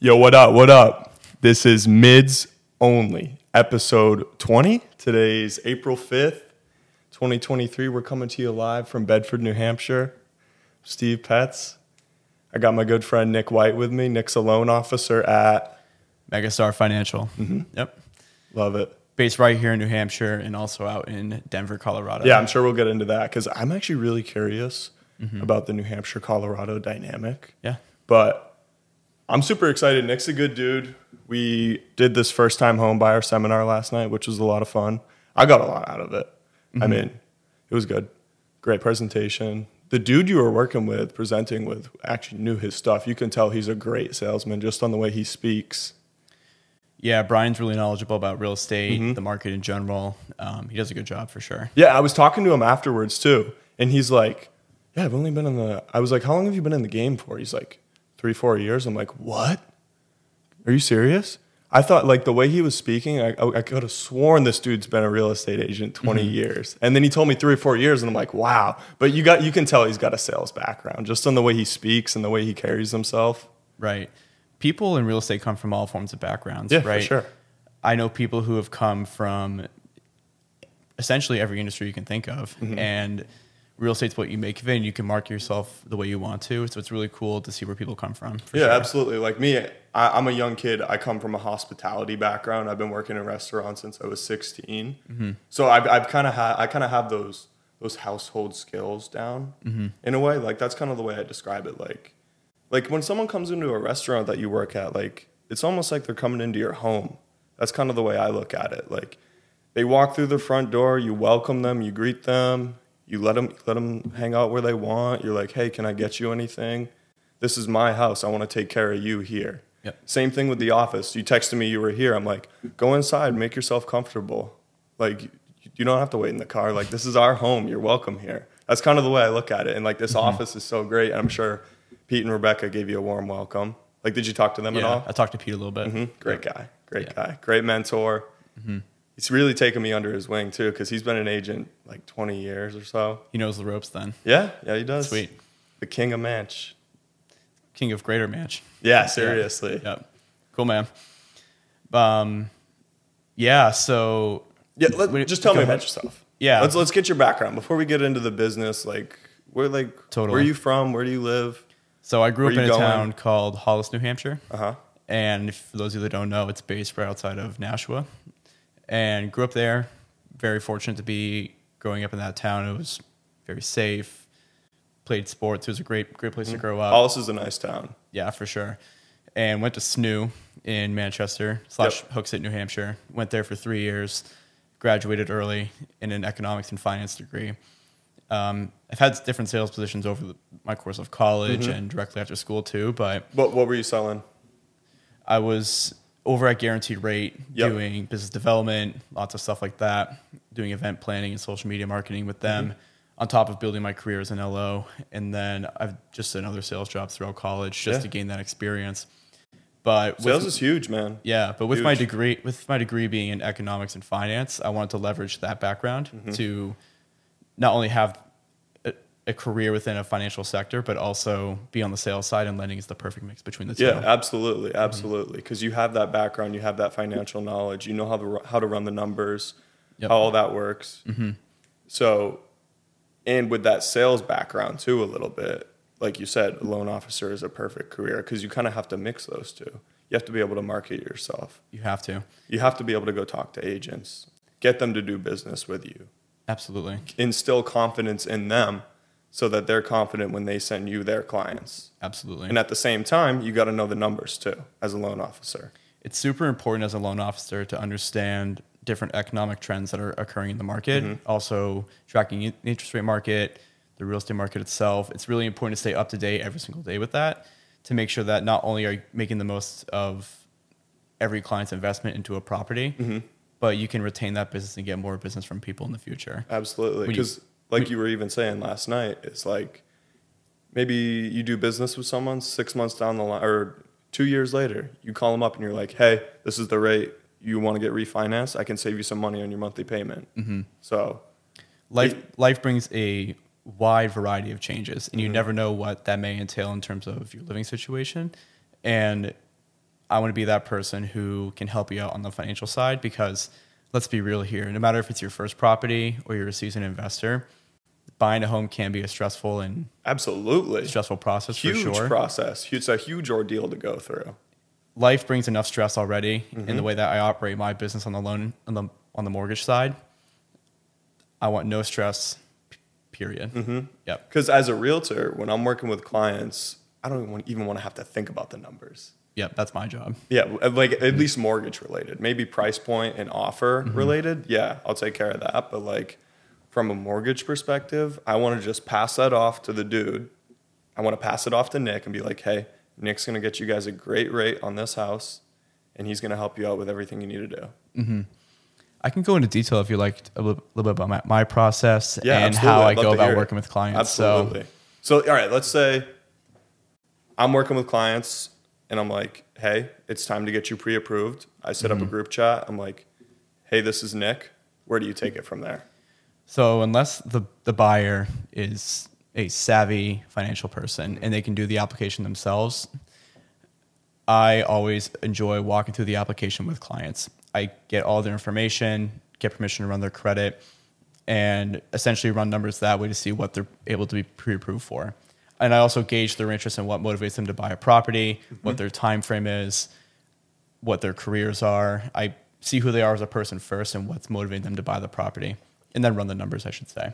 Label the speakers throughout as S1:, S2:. S1: Yo, what up? What up? This is Mids Only, episode 20. Today's April 5th, 2023. We're coming to you live from Bedford, New Hampshire. Steve Pets. I got my good friend Nick White with me. Nick's a loan officer at
S2: Megastar Financial.
S1: Mm-hmm.
S2: Yep.
S1: Love It.
S2: Based right here in New Hampshire and also out in Denver, Colorado.
S1: Yeah, I'm sure we'll get into that because I'm actually really curious about the New Hampshire Colorado dynamic.
S2: Yeah.
S1: But I'm super excited. Nick's a good dude. We did this first time home buyer seminar last night, which was a lot of fun. I got a lot out of it. I mean, it was good. Great presentation. The dude you were working with, presenting with, actually knew his stuff. You can tell he's a great salesman just on the way he speaks.
S2: Yeah. Brian's really knowledgeable about real estate,
S1: Mm-hmm.
S2: the market in general. Um, he does a good job for sure.
S1: Yeah, I was talking to him afterwards too, and he's like, "Yeah, I've only been in the." I was like, "How long have you been in the game for?" He's like, three, four years." I'm like, "What? Are you serious?" I thought like the way he was speaking, I, I I could have sworn this dude's been a real estate agent 20 years. And then he told me three or four years, and I'm like, "Wow!" But you got you can tell he's got a sales background just on the way he speaks and the way he carries himself.
S2: Right. People in real estate come from all forms of backgrounds.
S1: Yeah, for
S2: right?
S1: sure.
S2: I know people who have come from essentially every industry you can think of,
S1: Mm-hmm.
S2: and real estate's what you make of it, and you can market yourself the way you want to. So it's really cool to see where people come from. for
S1: Yeah,
S2: sure.
S1: absolutely. Like me, I, I'm a young kid. I come from a hospitality background. I've been working in restaurants since I was 16.
S2: Mm-hmm.
S1: So I've, I've kind of had I kind of have those those household skills down
S2: Mm-hmm.
S1: in a way. Like that's kind of the way I describe it. Like like when someone comes into a restaurant that you work at, like it's almost like they're coming into your home. That's kind of the way I look at it. Like they walk through the front door, you welcome them, you greet them, you let them let them hang out where they want. You're like, "Hey, can I get you anything? This is my house. I want to take care of you here."
S2: Yep.
S1: Same thing with the office. You texted me you were here. I'm like, "Go inside, make yourself comfortable." Like you don't have to wait in the car. Like this is our home. You're welcome here. That's kind of the way I look at it. And like this
S2: Mm-hmm.
S1: office is so great. I'm sure Pete and Rebecca gave you a warm welcome. Like, did you talk to them at
S2: Yeah,
S1: all? Mm-hmm,
S2: I talked to Pete a little bit.
S1: Great guy. Great
S2: Yeah. Mm-hmm.
S1: guy. Great mentor. He's really taken me under his wing too, because he's been an agent like 20 years or so.
S2: He knows the ropes then.
S1: Yeah, yeah, he does.
S2: Sweet.
S1: The king of Manch.
S2: King of Greater Match.
S1: Yeah, seriously. Yeah.
S2: Yep. Cool, man. Um, yeah. So
S1: let,
S2: Wait,
S1: just tell
S2: go
S1: me
S2: ahead.
S1: about yourself.
S2: Yeah.
S1: Let's let's get your background before we get into the business. Like, where like where
S2: Totally.
S1: are you from? Where do you live?
S2: so I grew
S1: Where
S2: up in
S1: you
S2: a
S1: going?
S2: town called Hollis, New Hampshire.
S1: Uh huh.
S2: And for those of you that don't know, it's based right outside of Nashua. And grew up there. Very fortunate to be growing up in that town. It was very safe. Played sports. It was a great, great place to
S1: Mm-hmm.
S2: grow up.
S1: Hollis Uh, is a nice town.
S2: Yeah, for sure. And went to SNU in Manchester slash Hooksett, New Hampshire. Went there for three years. Graduated early in an economics and finance degree. Um, I've had different sales positions over the, my course of college and directly after school too. But
S1: What what were you selling?
S2: I was over at Guaranteed Rate
S1: Yep.
S2: doing business development, lots of stuff like that, doing event planning and social media marketing with them,
S1: Mm-hmm.
S2: on top of building my career as an LO. And then I've just another sales job throughout college just
S1: Yeah.
S2: to gain that experience. But with,
S1: Sales is huge, man.
S2: yeah, but with my
S1: huge.
S2: degree, with my degree being in economics and finance, I wanted to leverage that background
S1: Mm-hmm.
S2: to not only have a, a career within a financial sector, but also be on the sales side. And lending is the perfect mix between the two.
S1: Yeah, absolutely,
S2: Mm-hmm.
S1: absolutely. Because you have that background, you have that financial knowledge, you know how to ru- how to run the numbers,
S2: Yep. Mm-hmm.
S1: how all that works. So, and with that sales background too, a little bit, like you said, a loan officer is a perfect career because you kind of have to mix those two. You have to be able to market yourself.
S2: You have to.
S1: You have to be able to go talk to agents, get them to do business with you,
S2: Absolutely.
S1: instill confidence in them, so that they're confident when they send you their clients.
S2: Absolutely.
S1: And at the same time, you got to know the numbers too as a loan officer.
S2: it's super important as a loan officer to understand different economic trends that are occurring in the market. Also, tracking in- the interest rate market, the real estate market itself. It's really important to stay up to date every single day with that to make sure that not only are you making the most of every client's investment into a property, but you can retain that business and get more business from people in the future.
S1: Absolutely.
S2: When you-
S1: Because, like you were even saying last night, it's like maybe you do business with someone six months down the line or two years later, you call them up and you're like, hey, this is the rate you want to get refinanced. I can save you some money on your monthly payment.
S2: Mm-hmm.
S1: So,
S2: life life brings a wide variety of changes and you never know what that may entail in terms of your living situation and I want to be that person who can help you out on the financial side because let's be real here. No matter if it's your first property or you're a seasoned investor, buying a home can be a stressful and
S1: Absolutely.
S2: stressful process
S1: huge
S2: for sure.
S1: process. It's a huge ordeal to go through.
S2: Life brings enough stress already in the way that I operate my business on the loan on the on the mortgage side. I want no stress. p- Period. Yep.
S1: Because as a realtor, when I'm working with clients, I don't even want, even want to have to think about the numbers.
S2: Yep. That's my job.
S1: Yeah, w- like
S2: Mm-hmm.
S1: at least mortgage related, maybe price point and offer related. Yeah, I'll take care of that. But like from a mortgage perspective, I want to just pass that off to the dude. I want to pass it off to Nick and be like, hey, Nick's going to get you guys a great rate on this house and he's going to help you out with everything you need to do.
S2: I can go into detail if you like a little, little bit about my, my process
S1: Yeah,
S2: and
S1: absolutely.
S2: how
S1: I'd love
S2: I go
S1: to hear
S2: about
S1: it.
S2: working with clients. So
S1: Absolutely. So, all right, let's say I'm working with clients and I'm like, hey, it's time to get you pre approved. I set
S2: Mm-hmm.
S1: up a group chat. I'm like, hey, this is Nick. Where do you take it from there?
S2: So unless the, the buyer is a savvy financial person and they can do the application themselves, I always enjoy walking through the application with clients. I get all their information, get permission to run their credit, and essentially run numbers that way to see what they're able to be pre-approved for. And I also gauge their interest in what motivates them to buy a property, what their time frame is, what their careers are. I see who they are as a person first and what's motivating them to buy the property, and then run the numbers, I should say.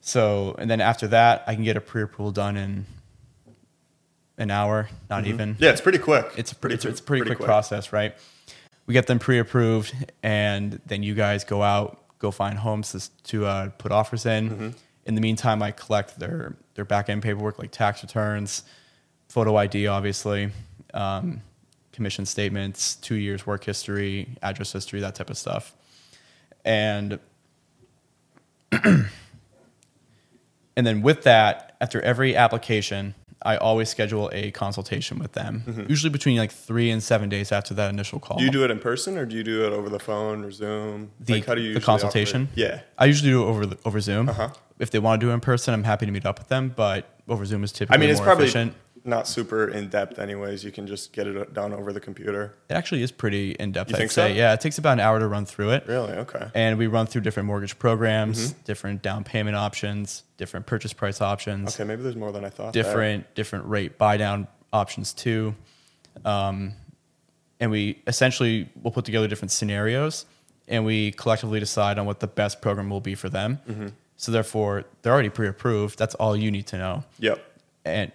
S2: So, and then after that, I can get a pre-approval done in an hour, not even
S1: Yeah, it's pretty quick.
S2: it's a pretty, it's, it's a pretty, quick, process, right? We get them pre-approved, and then you guys go out, go find homes to, to uh, put offers in. In the meantime, I collect their their back end paperwork like tax returns, photo ID, obviously, um, commission statements, two years work history, address history, that type of stuff, and and then with that, after every application, I always schedule a consultation with them, usually between like three and seven days after that initial call.
S1: Do you do it in person or do you do it over the phone or Zoom?
S2: the,
S1: like, how do you
S2: the
S1: usually
S2: consultation.
S1: operate? Yeah.
S2: I usually do it over the, over Zoom.
S1: Uh-huh.
S2: If they want to do it in person, I'm happy to meet up with them. But over Zoom is typically
S1: I mean, it's
S2: more
S1: probably
S2: efficient.
S1: not super in depth, anyways. You can just get it done over the computer.
S2: It actually is pretty in depth.
S1: You
S2: I'd
S1: think
S2: say,
S1: so?
S2: yeah, it takes about an hour to run through it,
S1: Really? Mm-hmm. Okay.
S2: and we run through different mortgage programs, different down payment options, different purchase price options,
S1: Okay, maybe there's more than I thought. there.
S2: different different rate buy down options too. Um, and we essentially will put together different scenarios and we collectively decide on what the best program will be for them.
S1: Mm-hmm.
S2: So therefore, they're already pre-approved. That's all you need to know.
S1: Yep.
S2: And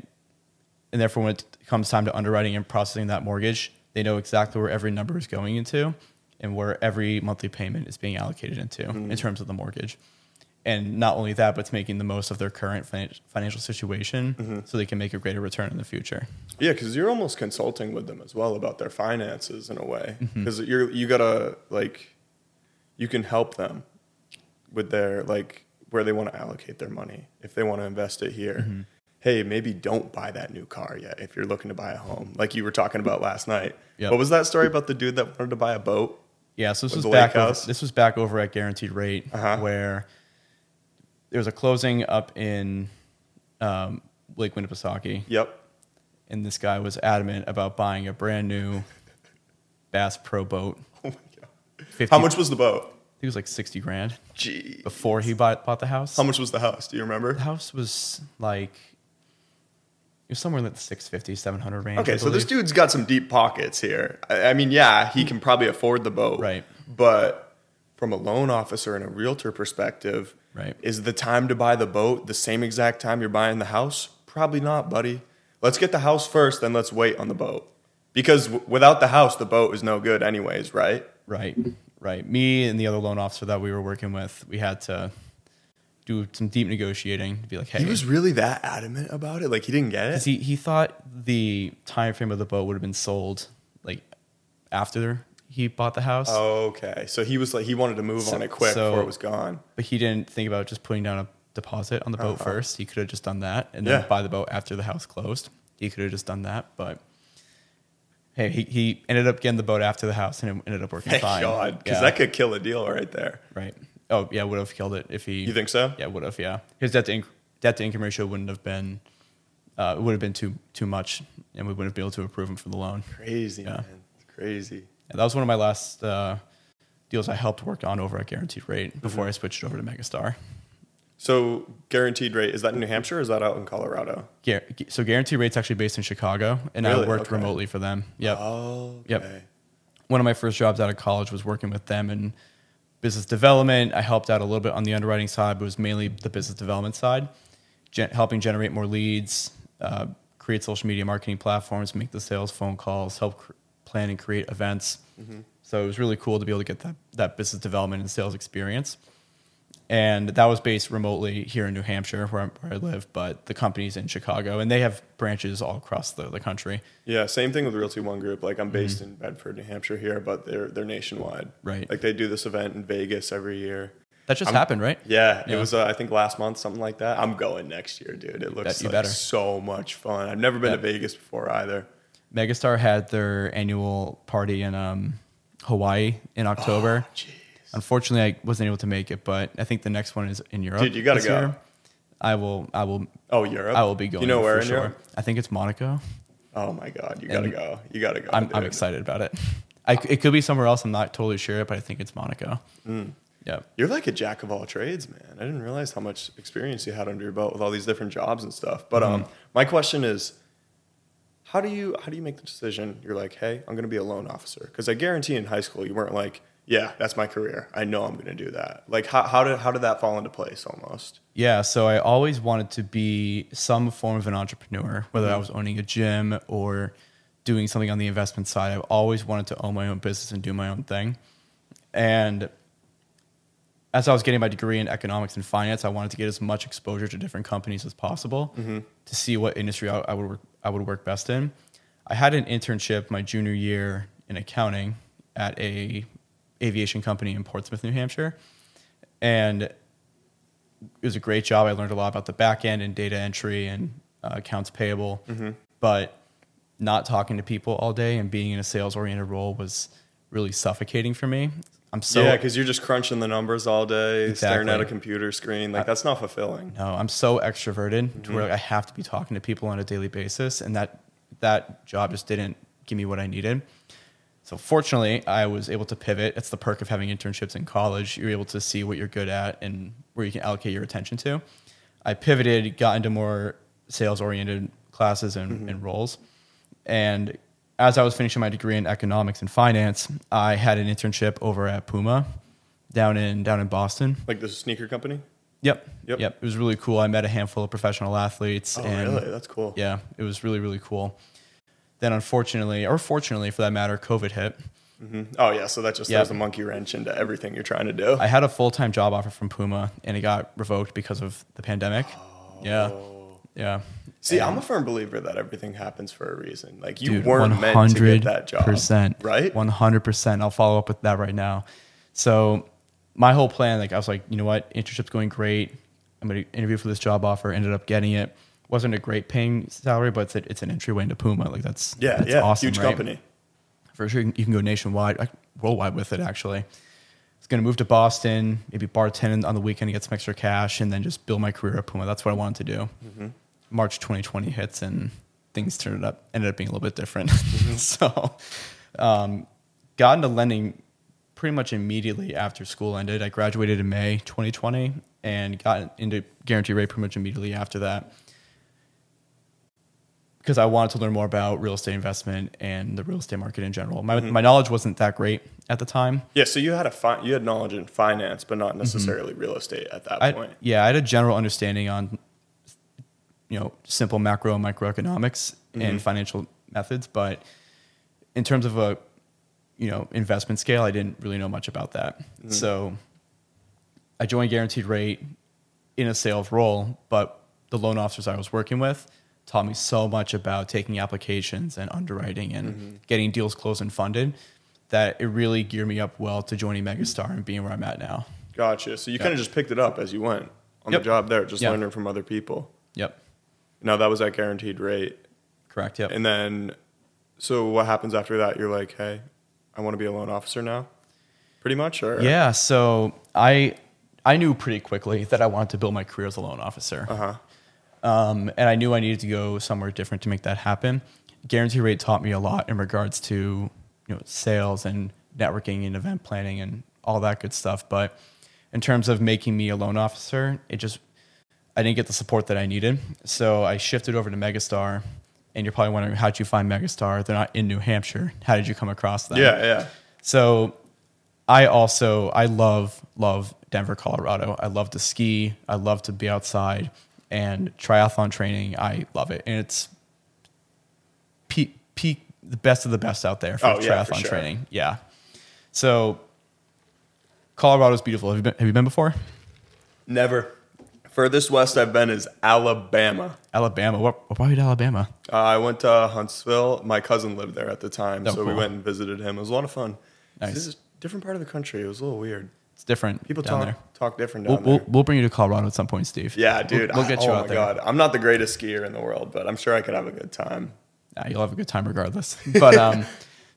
S2: and therefore when it comes time to underwriting and processing that mortgage, they know exactly where every number is going into and where every monthly payment is being allocated into
S1: Mm-hmm.
S2: in terms of the mortgage. And not only that, but it's making the most of their current finan- financial situation
S1: Mm-hmm.
S2: so they can make a greater return in the future.
S1: Yeah, because you're almost consulting with them as well about their finances in a way. Because you're you gotta like, you can help them with their like where they want to allocate their money if they want to invest it here. Hey, maybe don't buy that new car yet if you're looking to buy a home, like you were talking about last night.
S2: Yep.
S1: What was that story about the dude that wanted to buy a boat?
S2: Yeah, so this
S1: With
S2: was
S1: the
S2: back.
S1: lake
S2: Over,
S1: house?
S2: this was back over at Guaranteed Rate,
S1: Uh-huh.
S2: where there was a closing up in um, Lake Winnipesaukee,
S1: Yep.
S2: and this guy was adamant about buying a brand new Bass Pro boat.
S1: Oh my god.
S2: 50,
S1: How much was the boat?
S2: I think it was like sixty grand
S1: Gee.
S2: before he bought bought the house.
S1: How much was the house? Do you remember?
S2: The house was like it was somewhere in like the 650, 700 range. I
S1: Okay, so this
S2: believe.
S1: dude's got some deep pockets here. I, I mean, yeah, he can probably afford the boat,
S2: Right.
S1: But from a loan officer and a realtor perspective,
S2: Right.
S1: is the time to buy the boat the same exact time you're buying the house? Probably not, buddy. Let's get the house first, then let's wait on the boat. Because w- without the house, the boat is no good, anyways, right?
S2: Right, right. Me and the other loan officer that we were working with, we had to do some deep negotiating to be like, hey,
S1: He was really that adamant about it. Like he didn't get it.
S2: Because he, he thought the time frame of the boat would have been sold like after he bought the
S1: Oh,
S2: house,
S1: okay, so he was like he wanted to move
S2: So-
S1: on it quick
S2: so-
S1: before it was gone.
S2: but he didn't think about just putting down a deposit on the boat first. He could have just done that and
S1: Uh-huh. Yeah.
S2: then buy the boat after the house closed. He could have just done that, but hey, he, he ended up getting the boat after the house and it ended up working
S1: Thank
S2: fine.
S1: God, because
S2: Yeah,
S1: that could kill a deal right there.
S2: right. Oh yeah, would have killed it if he.
S1: You think so?
S2: Yeah, would have. Yeah, his debt to inc- debt to income ratio wouldn't have been uh, it would have been too too much, and we wouldn't be able to approve them for the loan.
S1: Crazy,
S2: Yeah.
S1: man. It's crazy.
S2: And that was one of my last uh, deals I helped work on over at Guaranteed Rate before
S1: Mm-hmm.
S2: I switched over to Megastar.
S1: So guaranteed rate is that in New Hampshire or is that out in Colorado?
S2: Guar- so Guaranteed Rate's actually based in Chicago, and
S1: Really?
S2: I worked
S1: Okay.
S2: remotely for them. Yep.
S1: Oh,
S2: Yep. one of my first jobs out of college was working with them in business development. I helped out a little bit on the underwriting side, but it was mainly the business development side, gen- helping generate more leads, uh, create social media marketing platforms, make the sales phone calls, help cr- plan and create events. So it was really cool to be able to get that, that business development and sales experience. And that was based remotely here in New Hampshire, where, I'm, where I live, but the company's in Chicago, and they have branches all across the, the country.
S1: Yeah, same thing with Realty One Group. Like I'm based in Bedford, New Hampshire here, but they're they're nationwide.
S2: Mm-hmm. Right.
S1: Like they do this event in Vegas every year.
S2: That just
S1: I'm-
S2: happened, right?
S1: Yeah,
S2: Yeah.
S1: it was uh, I think last month something like that. I'm going next year, dude. It looks
S2: bet you
S1: like
S2: better.
S1: so much fun. I've never been to
S2: Yeah.
S1: Vegas before either.
S2: Megastar had their annual party in um, Hawaii in October.
S1: Oh, Jeez.
S2: Unfortunately, I wasn't able to make it, but I think the next one is in Europe.
S1: Dude, you gotta
S2: this
S1: go.
S2: year. I will. I will.
S1: Oh, Europe.
S2: I will be going.
S1: You know where
S2: for
S1: in
S2: sure.
S1: Europe?
S2: I think it's Monaco.
S1: Oh my god, you gotta
S2: And
S1: go. You gotta go.
S2: I'm, I'm
S1: dude.
S2: excited about it. I, it could be somewhere else. I'm not totally sure, but I think it's Monaco.
S1: Mm.
S2: Yep.
S1: You're like a jack of all trades, man. I didn't realize how much experience you had under your belt with all these different jobs and stuff. But
S2: Mm-hmm.
S1: um, my question is, how do you how do you make the decision? You're like, hey, I'm going to be a loan officer because I guarantee in high school you weren't like, yeah, that's my career. I know I'm going to do that. Like, how how did how did that fall into place almost?
S2: Yeah, so I always wanted to be some form of an entrepreneur, whether I was owning a gym or doing something on the investment side. I've always wanted to own my own business and do my own thing. And as I was getting my degree in economics and finance, I wanted to get as much exposure to different companies as possible to see what industry I, I would work, I would work best in. I had an internship my junior year in accounting at a aviation company in Portsmouth, New Hampshire, and it was a great job. I learned a lot about the back end and data entry and uh, accounts payable, but not talking to people all day and being in a sales oriented role was really suffocating for me. I'm so
S1: yeah, because you're just crunching the numbers all day, staring at a
S2: Exactly.
S1: computer screen. Like that's not fulfilling.
S2: No, I'm so extroverted to where I have to be talking to people on a daily basis, and that that job just didn't give me what I needed. So fortunately, I was able to pivot. It's the perk of having internships in college. You're able to see what you're good at and where you can allocate your attention to. I pivoted, got into more sales-oriented classes and, and roles, and as I was finishing my degree in economics and finance, I had an internship over at Puma down in down in Boston.
S1: Like the sneaker company.
S2: Yep.
S1: Yep.
S2: Yep. It was really cool. I met a handful of professional athletes.
S1: Oh,
S2: and
S1: really? That's cool.
S2: Yeah. It was really, really cool. Then, unfortunately, or fortunately for that matter, COVID hit.
S1: Mhm. Oh yeah, so that just
S2: Yep.
S1: throws a monkey wrench into everything you're trying to do.
S2: I had a full time job offer from Puma and it got revoked because of the pandemic.
S1: Oh.
S2: Yeah. Yeah.
S1: See, I'm a firm believer that everything happens for a reason. Like you weren't meant to get that job, right?
S2: One hundred percent. I'll follow up with that right now. So my whole plan, like I was like, you know what, internship's going great. I'm gonna interview for this job offer. Ended up getting it. wasn't a great paying salary, but it's, a, it's an entryway into Puma. Like that's
S1: yeah,
S2: that's
S1: yeah,
S2: awesome,
S1: huge
S2: right?
S1: company.
S2: for sure. You can- you can go nationwide, like, worldwide with it. Actually, it's going to move to Boston, maybe bartend on the weekend, get some extra cash, and then just build my career at Puma. That's what I wanted to do. March 2020 hits, and things turned up ended up being a little bit different. so, um, got into lending pretty much immediately after school ended. I graduated in May 2020 and got into guarantee rate pretty much immediately after that because I wanted to learn more about real estate investment and the real estate market in general. My, my knowledge wasn't that great at the time.
S1: Yeah, so you had a fi- you had knowledge in finance, but not necessarily real estate at that
S2: Mm-hmm. I,
S1: point.
S2: yeah, I had a general understanding on, you know, simple macro and microeconomics and financial methods, but in terms of a, you know, investment scale, I didn't really know much about that. So I joined Guaranteed Rate in a sales role, but the loan officers I was working with taught me so much about taking applications and underwriting and getting deals closed and funded that it really geared me up well to joining Megastar and being where I'm at now.
S1: Gotcha. So you kind of just picked it up as you went on
S2: Yep.
S1: the job there, just
S2: Yeah.
S1: learning from other people.
S2: Yep.
S1: Now that was at guaranteed rate,
S2: Correct. Yep.
S1: and then so what happens after that? You're like, hey, I want to be a loan officer now, pretty much. Or
S2: Yeah, so I I knew pretty quickly that I wanted to build my career as a loan officer.
S1: Uh huh.
S2: Um, and I knew I needed to go somewhere different to make that happen. Guarantee rate taught me a lot in regards to you know sales and networking and event planning and all that good stuff. But in terms of making me a loan officer, it just I didn't get the support that I needed. So I shifted over to Megastar. And you're probably wondering, how'd you find Megastar? They're not in New Hampshire. How did you come across them?
S1: Yeah, yeah.
S2: So I also I love love Denver, Colorado. I love to ski. I love to be outside and triathlon training. I love it, and it's peak peak the best of the best out there for
S1: Oh,
S2: triathlon
S1: yeah, for sure.
S2: training. Yeah. So Colorado's beautiful. Have you been, have you been before?
S1: Never. Furthest west I've been is Alabama.
S2: Alabama. What, why did Alabama?
S1: Uh, I went to Huntsville. My cousin lived there at the time,
S2: Oh,
S1: so we
S2: cool.
S1: went and visited him. It was a lot of fun.
S2: Nice.
S1: This is a different part of the country. It was a little weird.
S2: It's different.
S1: People
S2: down
S1: talk
S2: there.
S1: talk different
S2: We'll,
S1: down
S2: we'll,
S1: there.
S2: we'll bring you to Colorado at some point, Steve.
S1: Yeah,
S2: We'll-
S1: dude.
S2: We'll, get
S1: I-
S2: you
S1: oh
S2: out
S1: my
S2: there.
S1: god, I'm not the greatest skier in the world, but I'm sure I could have a good time.
S2: Nah, uh, you'll have a good time regardless. But um,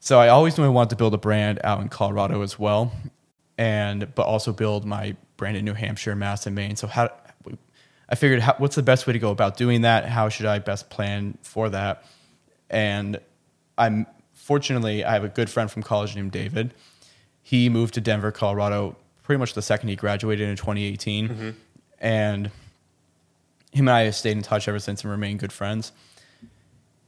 S2: so I always knew I wanted to build a brand out in Colorado as well, and but also build my brand in New Hampshire, Mass, and Maine. So how I figured how, what's the best way to go about doing that? How should I best plan for that? And I'm fortunately I have a good friend from college named David. He moved to Denver, Colorado, pretty much the second he graduated in 2018, and him and I have stayed in touch ever since and remained good friends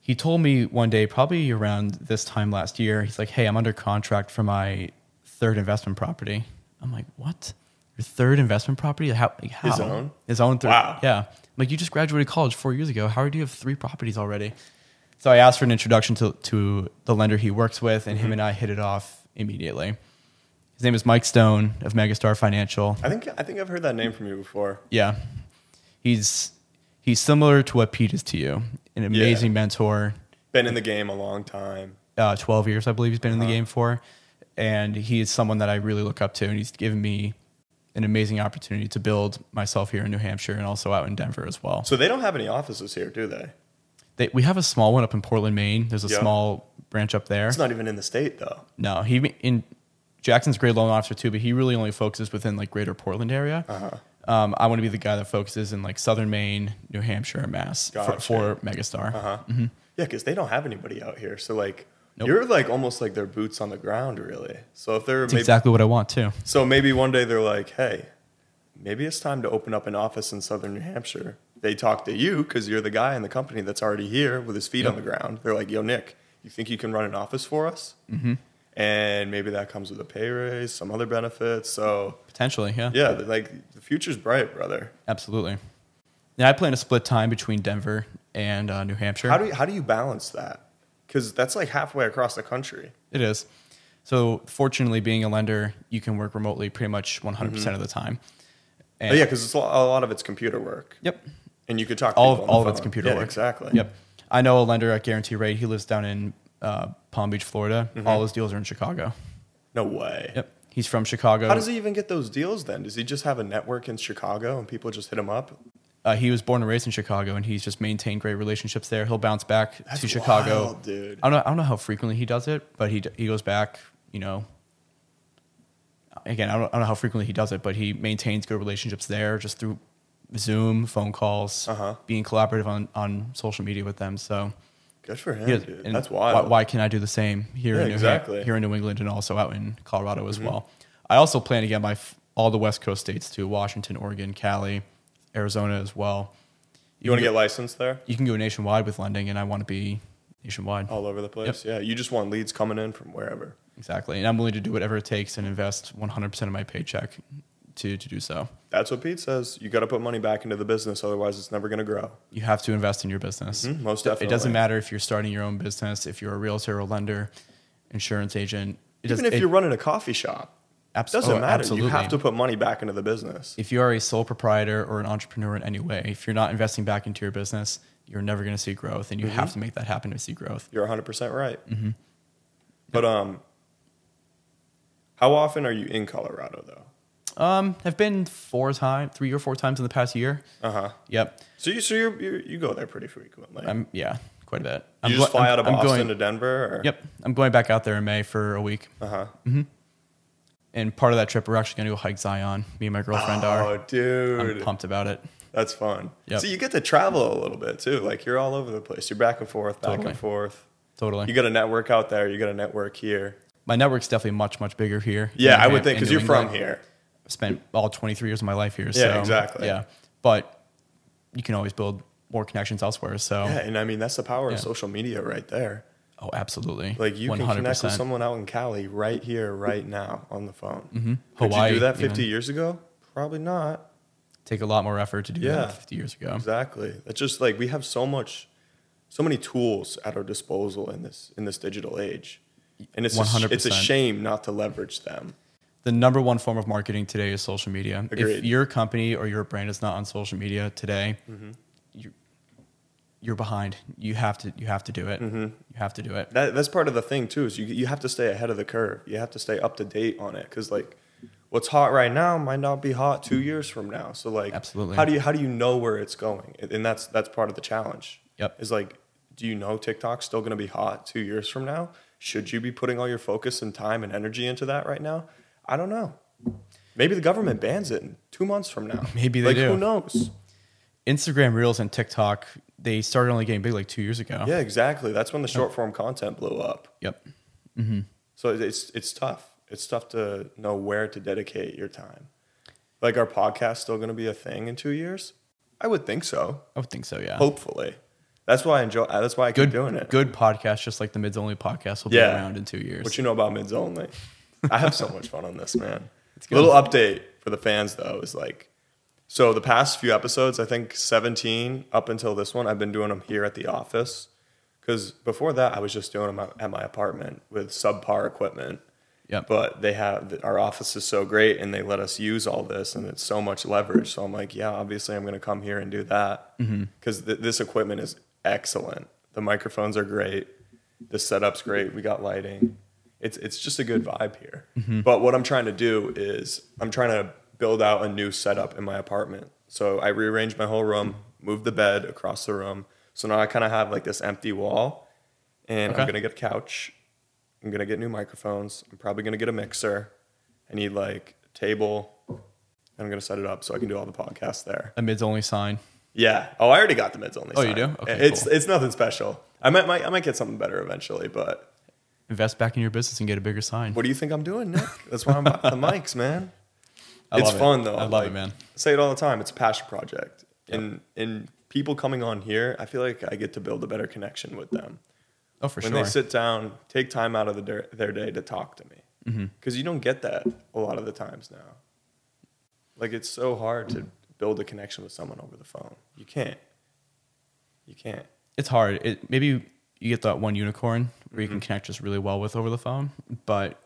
S2: he told me one day, probably around this time last year, he's like, Hey, I'm under contract for my third investment property. I'm like, What? Your third investment property? How, like, how?
S1: His own?
S2: His own third.
S1: Wow.
S2: Yeah. I'm like, You just graduated college four years ago. How do you have three properties already? So I asked for an introduction to, to the lender he works with, and
S1: Mm-hmm.
S2: him and I hit it off immediately. His name is Mike Stone of Megastar Financial.
S1: I think I think I've heard that name from you before.
S2: Yeah. He's he's similar to what Pete is to you. An amazing mentor,
S1: Been in the game a long time.
S2: uh, 12 years, I believe he's been in
S1: Uh-huh.
S2: the game for. And he is someone that I really look up to. And he's given me an amazing opportunity to build myself here in New Hampshire and also out in Denver as well.
S1: So they don't have any offices here, do they?
S2: They, we have a small one up in Portland, Maine. There's a
S1: Yeah.
S2: small branch up there.
S1: It's not even in the state though.
S2: no, he in Jackson's a great loan officer too, but he really only focuses within like greater Portland area.
S1: Uh-huh.
S2: Um, I want to be the guy that focuses in like southern Maine, New Hampshire, and Mass for,
S1: Gotcha. Uh-huh.
S2: for Megastar.
S1: Huh? Yeah, because they don't have anybody out here. So like
S2: Nope.
S1: you're like almost like their boots on the ground, really. So if they're
S2: That's
S1: maybe,
S2: exactly what I want too.
S1: so maybe one day they're like, hey, maybe it's time to open up an office in Southern New Hampshire. They talk to you because you're the guy in the company that's already here with his feet
S2: Yep.
S1: on the ground. They're like, yo, Nick, you think you can run an office for us? Mm-hmm. And maybe that comes with a pay raise, some other benefits. So
S2: Potentially, yeah.
S1: yeah, like the future's bright, brother.
S2: Absolutely. Yeah, I plan to split time between Denver and uh, New Hampshire.
S1: How do you, how do you balance that? Because that's like halfway across the country.
S2: it is. So, fortunately, being a lender, you can work remotely pretty much 100% percent of the time.
S1: Oh,
S2: And
S1: yeah, because a lot of it's computer work,
S2: Yep.
S1: and you could talk to
S2: All,
S1: people on the
S2: all of it's
S1: phone.
S2: computer
S1: Yeah,
S2: work.
S1: Exactly.
S2: Yep. I know a lender at Guarantee Rate. He lives down in uh, Palm Beach, Florida.
S1: Mm-hmm.
S2: All his deals are in Chicago.
S1: No way.
S2: Yep. He's from Chicago.
S1: How does he even get those deals then? Does he just have a network in Chicago and people just hit him up?
S2: uh, he was born and raised in Chicago, and he's just maintained great relationships there. He'll bounce back
S1: That's
S2: to Chicago,
S1: wild, dude.
S2: I don't know. I don't know how frequently he does it, but he d- he goes back. You know, again, I don't, I don't know how frequently he does it, but he maintains good relationships there just through Zoom, phone calls,
S1: Uh-huh.
S2: being collaborative on on social media with them. So
S1: Good for him,
S2: yeah,
S1: dude.
S2: and
S1: That's
S2: why-
S1: wild.
S2: Why, can't I do the same here
S1: Yeah,
S2: in New
S1: exactly. Mm-hmm.
S2: here in New England and also out in Colorado as well? I also plan to get my f- all the West Coast states to Washington, Oregon, Cali, Arizona as well.
S1: You want to
S2: can
S1: get
S2: go-
S1: licensed there?
S2: you can go nationwide with lending, and I want to be nationwide.
S1: All over the place. Yeah. You just want leads coming in from wherever.
S2: Exactly. And I'm willing to do whatever it takes and invest 100% of my paycheck to, to do so.
S1: That's what Pete says. You got to put money back into the business, otherwise it's never going to grow.
S2: You have to invest in your business.
S1: Mhm, most
S2: It doesn't
S1: definitely.
S2: matter if you're starting your own business, if you're a realtor or lender, insurance agent. It
S1: Even
S2: does-
S1: if
S2: it
S1: you're running a coffee shop,
S2: abs-
S1: doesn't
S2: oh,
S1: matter. You
S2: absolutely.
S1: have to put money back into the business.
S2: If you are a sole proprietor or an entrepreneur in any way, if you're not investing back into your business, you're never going to see growth, and you
S1: Mm-hmm.
S2: have to make that happen to see growth.
S1: You're 100% right.
S2: Mm-hmm.
S1: But um, how often are you in Colorado though?
S2: Um, I've been four times, three or four times in the past year.
S1: Uh huh.
S2: Yep,
S1: So you so you're, you you go there pretty frequently.
S2: I'm yeah, quite a bit.
S1: you
S2: I'm
S1: just
S2: go-
S1: fly
S2: I'm-
S1: out of
S2: I'm
S1: Boston
S2: going-
S1: to Denver. Or?
S2: Yep. I'm going back out there in May for a week.
S1: Uh huh.
S2: And part of that trip, we're actually going to go hike Zion. Me and my girlfriend
S1: Oh,
S2: are. I'm
S1: dude,
S2: pumped about it.
S1: That's fun.
S2: Yep.
S1: So you get to travel a little bit too. Like you're all over the place. You're back and forth, back
S2: Totally.
S1: and forth.
S2: Totally.
S1: You got a network out there. You got a network here.
S2: My network's definitely much, much bigger here.
S1: Yeah,
S2: in
S1: I would
S2: Ham-
S1: think
S2: in
S1: because
S2: New
S1: you're from
S2: England.
S1: here.
S2: I spent all 23 years of my life here. Yeah, so,
S1: exactly.
S2: Yeah, but you can always build more connections elsewhere. So,
S1: Yeah, and I mean that's the power
S2: Yeah.
S1: of social media right there.
S2: oh, absolutely.
S1: Like you can connect with someone out in Cali right here, right now on the phone. Mm-hmm. Could
S2: Hawaii,
S1: you do that
S2: even.
S1: 50 years ago? Probably not.
S2: Take a lot more effort to do
S1: Yeah.
S2: that 50 years ago.
S1: Exactly. It's just like we have so much, so many tools at our disposal in this in this digital age, and it's a sh- it's a
S2: 100%.
S1: shame not to leverage them.
S2: The number one form of marketing today is social media. If
S1: Agreed.
S2: your company or your brand is not on social media today,
S1: Mm-hmm.
S2: you, you're behind. You have to. You have to do it.
S1: Mm-hmm.
S2: You have to do it.
S1: That, that's part of the thing too. Is you you have to stay ahead of the curve. You have to stay up to date on it because like. What's hot right now might not be hot two years from now. So like,
S2: Absolutely.
S1: How do you how do you know where it's going? And- And that's that's part of the challenge.
S2: Yep.
S1: Is like, do you know TikTok's still going to be hot two years from now? Should you be putting all your focus and time and energy into that right now? I don't know. Maybe the government bans it in two months from now.
S2: Maybe they
S1: like,
S2: do.
S1: Who knows?
S2: Instagram Reels and TikTok. They started only getting big like two years ago.
S1: Yeah, exactly. That's when the short form content blew up.
S2: Yep.
S1: So it- it's it's tough. It's tough to know where to dedicate your time. Like, our podcast still going to be a thing in two years? I would think so.
S2: I would think so. Yeah.
S1: Hopefully, that's why I enjoy. uh, That's why I keep
S2: good
S1: doing it.
S2: Good podcast, just like the mids only podcast will be
S1: Yeah.
S2: around in two years.
S1: What you know about mids only? I have so much fun on this, man.
S2: good.
S1: Little update for the fans though is like, so the past few episodes, I think 17 up until this one, I've been doing them here at the office. Because before that, I was just doing them at- at my apartment with subpar equipment.
S2: Yep.
S1: But they have our office is so great, and they let us use all this, and it's so much leverage. So I'm like, yeah, obviously, I'm going to come here and do that
S2: Mm-hmm.
S1: because th- this equipment is excellent. The microphones are great. The setup's great. We got lighting. It's it's just a good vibe here.
S2: Mm-hmm.
S1: But what I'm trying to do is I'm trying to build out a new setup in my apartment. So I rearranged my whole room, moved the bed across the room. So now I kind of have like this empty wall, and
S2: Okay.
S1: I'm gonna get a couch. I'm gonna get new microphones. I'm probably gonna get a mixer. I need like a table. I'm gonna set it up so I can do all the podcasts there.
S2: a mids only sign.
S1: Yeah. Oh, I already got the mids only.
S2: Oh, you
S1: sign.
S2: do? Okay,
S1: It's
S2: cool.
S1: it's nothing special. I might, might I might get something better eventually, but
S2: Invest back in your business and get a bigger sign.
S1: what do you think I'm doing, Nick? That's why I'm buying the mics, man.
S2: I
S1: it's
S2: love it.
S1: fun though.
S2: I love
S1: Like,
S2: it, man.
S1: I say it all the time. It's a passion project, and and people coming on here, I feel like I get to build a better connection with them.
S2: Oh, for
S1: when
S2: sure.
S1: they sit down, take time out of the der- their day to talk to
S2: Mm-hmm.
S1: me. Because you don't get that a lot of the times now. Like it's so hard to build a connection with someone over the phone. You can't. You can't.
S2: it's hard. It maybe you, you get that one unicorn where you can
S1: Mm-hmm.
S2: connect just really well with over the phone, but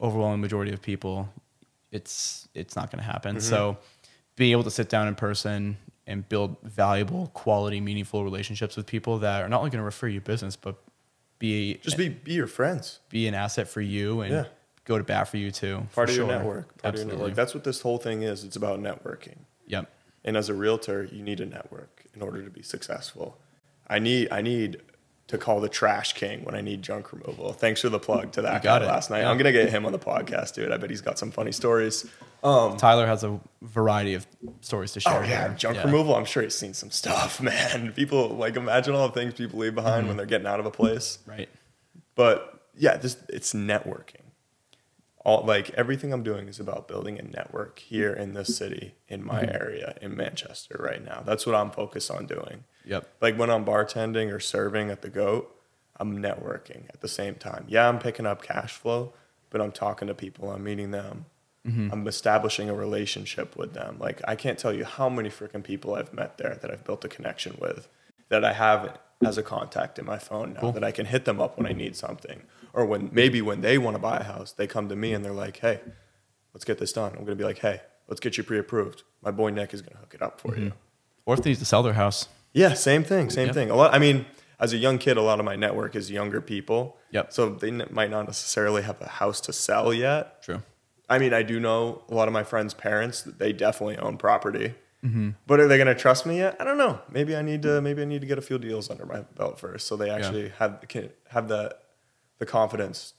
S2: overwhelming majority of people, it's it's not going to happen.
S1: Mm-hmm.
S2: So being able to sit down in person and build valuable, quality, meaningful relationships with people that are not only going to refer you business, but be
S1: Just be be your friends.
S2: be an asset for you and
S1: Yeah.
S2: go to bat for you too.
S1: Part
S2: for
S1: of your
S2: sure.
S1: network. Part of your network. That's what this whole thing is. It's about networking.
S2: Yep.
S1: And as a realtor, you need a network in order to be successful. I need I need to call the trash king when I need junk removal. Thanks for the plug to that
S2: got
S1: guy
S2: it.
S1: last night.
S2: Yeah.
S1: I'm gonna get him on the podcast, dude. I bet he's got some funny stories.
S2: Tyler has a variety of stories to share.
S1: Oh yeah,
S2: here.
S1: junk removal. I'm sure he's seen some stuff, man. People like imagine all the things people leave behind when they're getting out of a place.
S2: Mm-hmm. Right.
S1: But yeah, this it's networking. All like everything I'm doing is about building a network here in this city, in my
S2: Mm-hmm.
S1: area, in Manchester right now. That's what I'm focused on doing.
S2: Yep.
S1: Like when I'm bartending or serving at the goat, I'm networking at the same time. Yeah, I'm picking up cash flow, but I'm talking to people, I'm meeting them. I'm establishing a relationship with them. Like I can't tell you how many freaking people I've met there that I've built a connection with that I have as a contact in my phone now that I can hit them up when I need something. Or when maybe when they want to buy a house, they come to me and they're like, "Hey, let's get this done." I'm going to be like, "Hey, let's get you pre-approved. My boy Nick is going to hook it up for you."
S2: Or if they need to sell their house.
S1: Yeah, same thing, same
S2: Yep.
S1: thing. A lot. I mean, as a young kid, a lot of my network is younger people.
S2: Yep.
S1: So they n- might not necessarily have a house to sell yet.
S2: True.
S1: I mean, I do know a lot of my friends' parents; they definitely own property. But are they going to trust me yet? I don't know. Maybe I need to. Maybe I need to get a few deals under my belt first, so they actually have can have the the confidence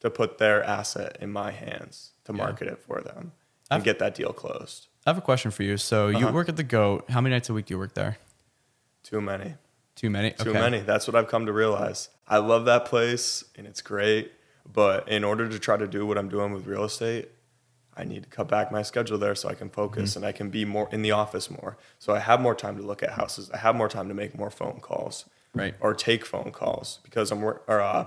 S1: to put their asset in my hands to market it for them and
S2: I've-
S1: get that deal closed.
S2: I have a question for you. So you
S1: Uh-huh.
S2: work at the Goat. How many nights a week do you work there?
S1: Too many.
S2: Too many.
S1: Too
S2: Okay.
S1: many. That's what I've come to realize. I love that place and it's great, but in order to try to do what I'm doing with real estate, I need to cut back my schedule there so I can focus
S2: Mm-hmm.
S1: and I can be more in the office more. So I have more time to look at houses. I have more time to make more phone calls,
S2: Right.
S1: Or take phone calls because I'm work. Or uh,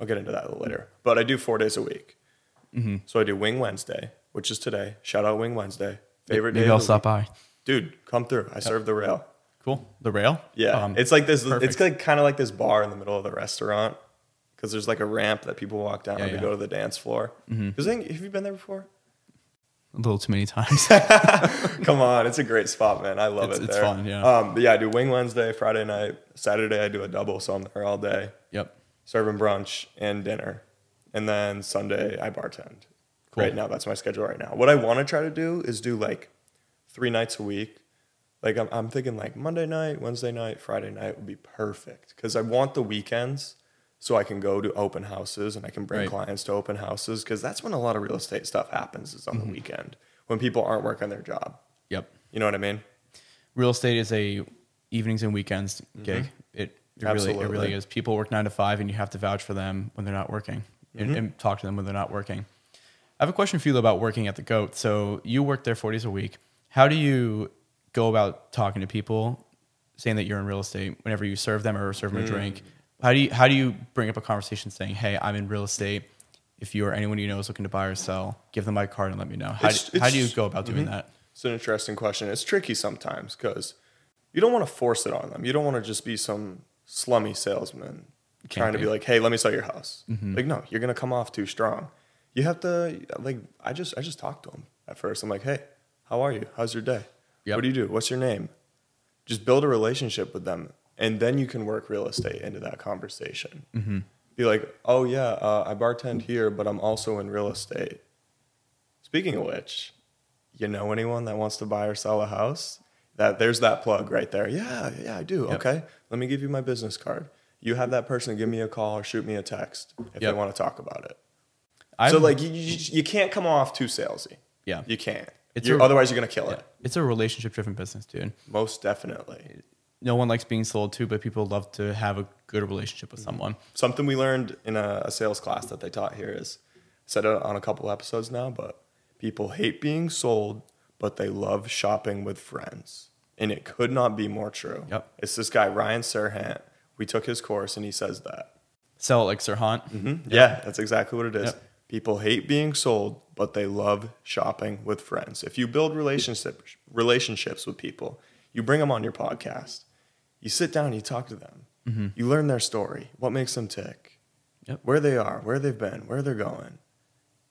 S1: I'll get into that later. But I do four days a week.
S2: Mm-hmm.
S1: So I do Wing Wednesday, which is today. Shout out Wing Wednesday. Favorite
S2: Maybe
S1: day.
S2: I'll
S1: of the
S2: stop
S1: week.
S2: by.
S1: Dude, come through. I serve the rail.
S2: Cool. The rail.
S1: Yeah,
S2: Um,
S1: it's like this. It's
S2: perfect.
S1: like kind of like this bar in the middle of the restaurant because there's like a ramp that people walk down
S2: Yeah,
S1: to
S2: yeah. Mm-hmm.
S1: go to the dance floor. Because have you been there before?
S2: a little too many times.
S1: Come on, it's a great spot, man. I love
S2: It's-
S1: it.
S2: it's
S1: there.
S2: fun, yeah.
S1: Um, but yeah, I do wing Wednesday, Friday night, Saturday. I do a double, so I'm there all day
S2: yep.
S1: serving brunch and dinner, and then Sunday I bartend.
S2: Cool.
S1: Right now, that's my schedule right now. What I want to try to do is do like three nights a week. Like I'm, I'm thinking like Monday night, Wednesday night, Friday night would be perfect because I want the weekends so I can go to open houses and I can bring
S2: Right.
S1: clients to open houses because that's when a lot of real estate stuff happens is on
S2: Mm-hmm.
S1: the weekend when people aren't working their job.
S2: Yep.
S1: You know what I mean?
S2: real estate is a evenings and weekends gig. It, it really it
S1: Mm-hmm. Absolutely.
S2: really is. People work nine to five, and you have to vouch for them when they're not working,
S1: Mm-hmm.
S2: and, and talk to them when they're not working. I have a question for you about working at the Goat. So you work there four days a week. How do you go about talking to people, saying that you're in real estate whenever you serve them or serve
S1: Mm.
S2: them a drink? How do you how do you bring up a conversation saying, "Hey, I'm in real estate. If you or anyone you know is looking to buy or sell, give them my card and let me know." How,
S1: It's-
S2: do, how do you
S1: it's- mm-hmm.
S2: go about doing that?
S1: It's an interesting question. It's tricky sometimes because you don't want to force it on them. You don't want to just be some slummy salesman trying to
S2: be. Mm-hmm.
S1: be like, "Hey, let me sell your house." Like, no, you're gonna come off too strong. You have to like. I just I just talked to him at first. I'm like, "Hey, how are you? How's your day?
S2: Yep.
S1: What do you do? What's your name?" Just build a relationship with them, and then you can work real estate into that conversation.
S2: Mm-hmm.
S1: Be like, "Oh yeah, uh, I bartend here, but I'm also in real estate." Speaking of which, you know anyone that wants to buy or sell a house? That there's that plug right there. Yeah, yeah, I do.
S2: Yep.
S1: Okay. Let me give you my business card. You have that person give me a call or shoot me a text if
S2: Yep.
S1: they want to talk about it.
S2: i
S1: so like you, you, you can't come off too salesy.
S2: Yeah.
S1: You can't.
S2: It's
S1: You're,
S2: a-
S1: otherwise you're gonna kill
S2: Yeah.
S1: it.
S2: It's a relationship driven business, dude.
S1: Most definitely.
S2: No one likes being sold to, but people love to have a good relationship
S1: Mm-hmm.
S2: with someone.
S1: Something we learned in a, a sales class that they taught here is said it on a couple episodes now, but people hate being sold, but they love shopping with friends. And it could not be more true.
S2: Yep.
S1: It's this guy, Ryan Serhant. We took his course and he says that.
S2: Sell it like Sirhan.
S1: Mm-hmm. Yeah, that's exactly what it is.
S2: Yep.
S1: People hate being sold, but they love shopping with friends. If you build relationship relationships with people, you bring them on your podcast, you sit down, you talk to them, you learn their story, what makes them tick,
S2: Mm-hmm. Yep.
S1: where they are, where they've been, where they're going.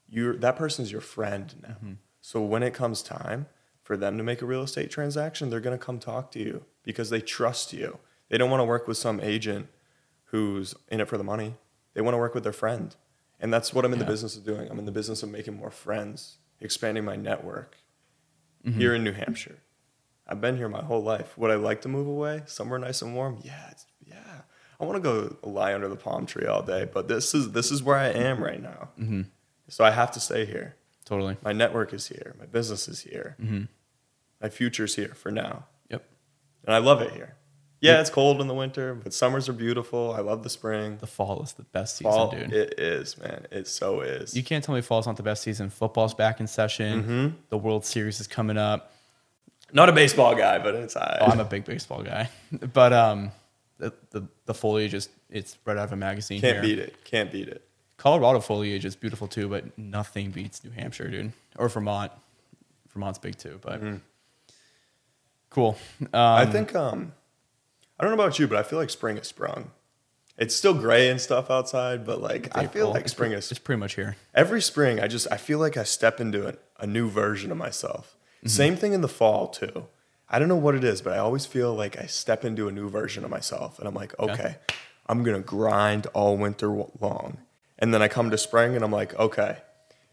S1: You that person's your friend now.
S2: Mm-hmm.
S1: So when it comes time for them to make a real estate transaction, they're gonna come talk to you because they trust you. They don't want to work with some agent who's in it for the money. They want to work with their friend. And that's what I'm in
S2: Yeah.
S1: the business of doing. I'm in the business of making more friends, expanding my network here in New Hampshire. I've been here my whole life. Would I like to move away somewhere nice and warm? Yeah, it's, yeah. I want to go lie under the palm tree all day, but this is this is where I am right now. So I have to stay here.
S2: Totally.
S1: My network is here. My business is here. My future's here for now
S2: Yep.
S1: and I love it here. Yeah, it's cold in the winter, but summers are beautiful. I love the spring.
S2: The fall is the best season,
S1: Fall,
S2: dude.
S1: it is, man. It so is.
S2: you can't tell me fall's not the best season. Football's back in session.
S1: Mm-hmm.
S2: The World Series is coming up.
S1: Not a baseball guy, but it's
S2: Oh, I'm
S1: I
S2: a big baseball guy, but um, the, the the foliage is it's right out of a magazine.
S1: can't
S2: here.
S1: beat it. Can't beat it.
S2: Colorado foliage is beautiful too, but nothing beats New Hampshire, dude, or Vermont. Vermont's big too, but cool. Um,
S1: Mm-hmm. I think um, I don't know about you, but I feel like spring has sprung. It's still gray and stuff outside, but like I feel
S2: April.
S1: like
S2: It's
S1: spring
S2: pre-
S1: is
S2: It's pretty much here.
S1: every spring i just i feel like i step into an, a new version of myself
S2: Mm-hmm.
S1: same thing in the fall too i don't know what it is but i always feel like i step into a new version of myself and i'm like okay i'm gonna grind all winter w- long and then i come to spring and i'm like okay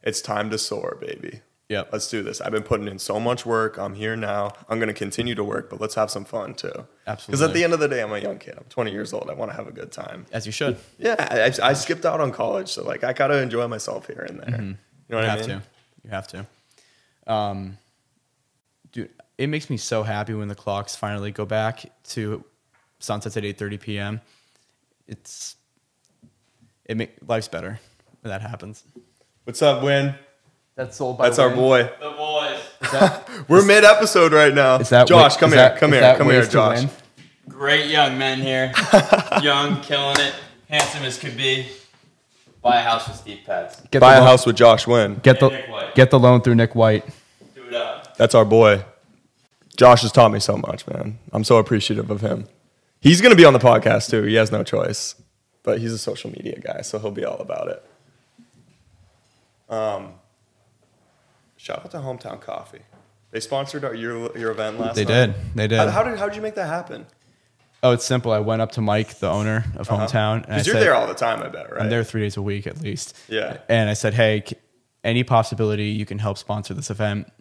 S1: it's time to soar baby
S2: Yep.
S1: let's do this i've been putting in so much work i'm here now i'm gonna continue to work but let's have some fun too because at
S2: Absolutely.
S1: the end of the day i'm a young kid i'm 20 years old i want to have a good time
S2: As you should.
S1: yeah, I, I- I skipped out on college, so like I gotta
S2: Mm-hmm.
S1: enjoy myself here and there. You know what
S2: You
S1: I
S2: have
S1: mean?
S2: to. You have to. Um, dude, it makes me so happy when the clocks finally go back to sunsets at 8:30 p.m. It's it make life's better when that happens.
S1: What's up, Win?
S2: That's sold by
S1: That's our boy.
S3: The boys.
S1: We're mid episode right now.
S2: Is that
S1: Josh?
S2: wa-
S1: come
S2: is
S1: here.
S2: that-
S1: come
S2: is
S1: here.
S2: that
S1: Come here,
S2: ways to
S1: Josh.
S2: win?
S3: Great young men here. young, killing it. Handsome as could be. Buy a house with Steve Pets.
S2: Get
S1: Buy
S2: the
S1: a
S2: loan-
S1: house with Josh Win.
S2: Get the
S3: Nick White.
S2: get the loan through Nick White.
S3: Do it up.
S1: That's our boy. Josh has taught me so much, man. I'm so appreciative of him. He's gonna be on the podcast too. He has no choice, but he's a social media guy, so he'll be all about it. Um, shout out to Hometown Coffee. They sponsored our, your your event last.
S2: They
S1: night.
S2: did. They did.
S1: How, how did how did you make that happen?
S2: oh, it's simple. I went up to Mike, the owner of Hometown, and I
S1: Because Uh-huh. you're
S2: said,
S1: there all the time, I bet, right?
S2: I'm there three days a week at least.
S1: Yeah.
S2: And I said, hey, c- any possibility you can help sponsor this event?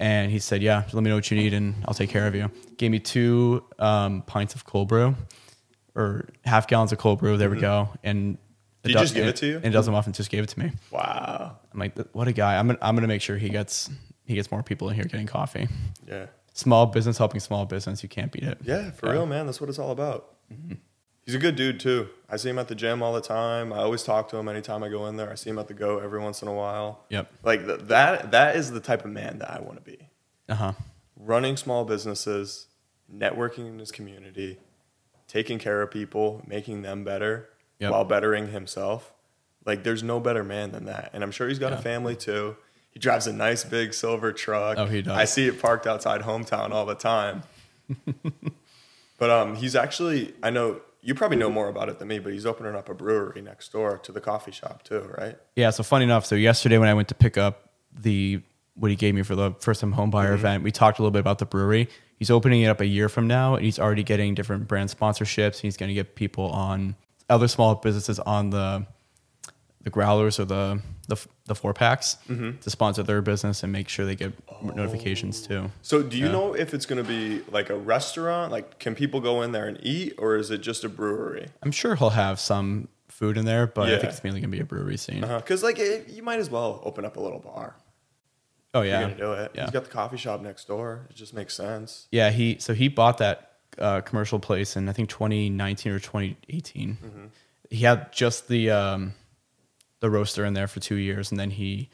S2: And he said, yeah, let me know what you need and I'll take care of you. Gave me two um, pints of cold brew or half gallons of cold brew. There we go. And
S1: Did Mm-hmm. he
S2: do-
S1: just give
S2: and-
S1: it to you?
S2: And a dozen muffins just gave it to me.
S1: Wow.
S2: I'm like, what a guy. I'm gonna, I'm gonna make sure he gets he gets more people in here getting coffee.
S1: Yeah.
S2: Small business helping small business. You can't beat it.
S1: Yeah, for real, man. That's what it's all about. Mm-hmm. He's a good dude too. I see him at the gym all the time. I always talk to him anytime I go in there. I see him at the go every once in a while.
S2: Yep.
S1: Like th- that. That is the type of man that I want to be.
S2: Uh huh.
S1: Running small businesses, networking in his community, taking care of people, making them better
S2: Yep.
S1: while bettering himself. Like there's no better man than that. And I'm sure he's got
S2: Yeah.
S1: a family too. He drives a nice big silver truck.
S2: Oh, he does.
S1: I see it parked outside hometown all the time. But um, he's actually, I know you probably know more about it than me, but he's opening up a brewery next door to the coffee shop too, right?
S2: Yeah, so funny enough, so yesterday when I went to pick up the what he gave me for the first time home buyer event, we talked a little bit about the brewery. He's opening it up a year from now, and he's already getting different brand sponsorships. And he's going to get people on other small businesses on the the growlers or the the, f- the four packs to sponsor their business and make sure they get notifications too.
S1: So do you know if it's going to be like a restaurant? Like, can people go in there and eat, or is it just a brewery?
S2: I'm sure he'll have some food in there, but I
S1: Yeah. Uh-huh.
S2: think it's mainly going to be a brewery scene.
S1: Because like, it, you might as well open up a little bar.
S2: Oh
S1: You're
S2: yeah,
S1: gonna do it.
S2: Yeah.
S1: He's got the coffee shop next door. It just makes sense.
S2: Yeah, he so he bought that uh, commercial place in I think 2019 or 2018.
S1: Mm-hmm.
S2: He had just the um, the roaster in there for two years, and then he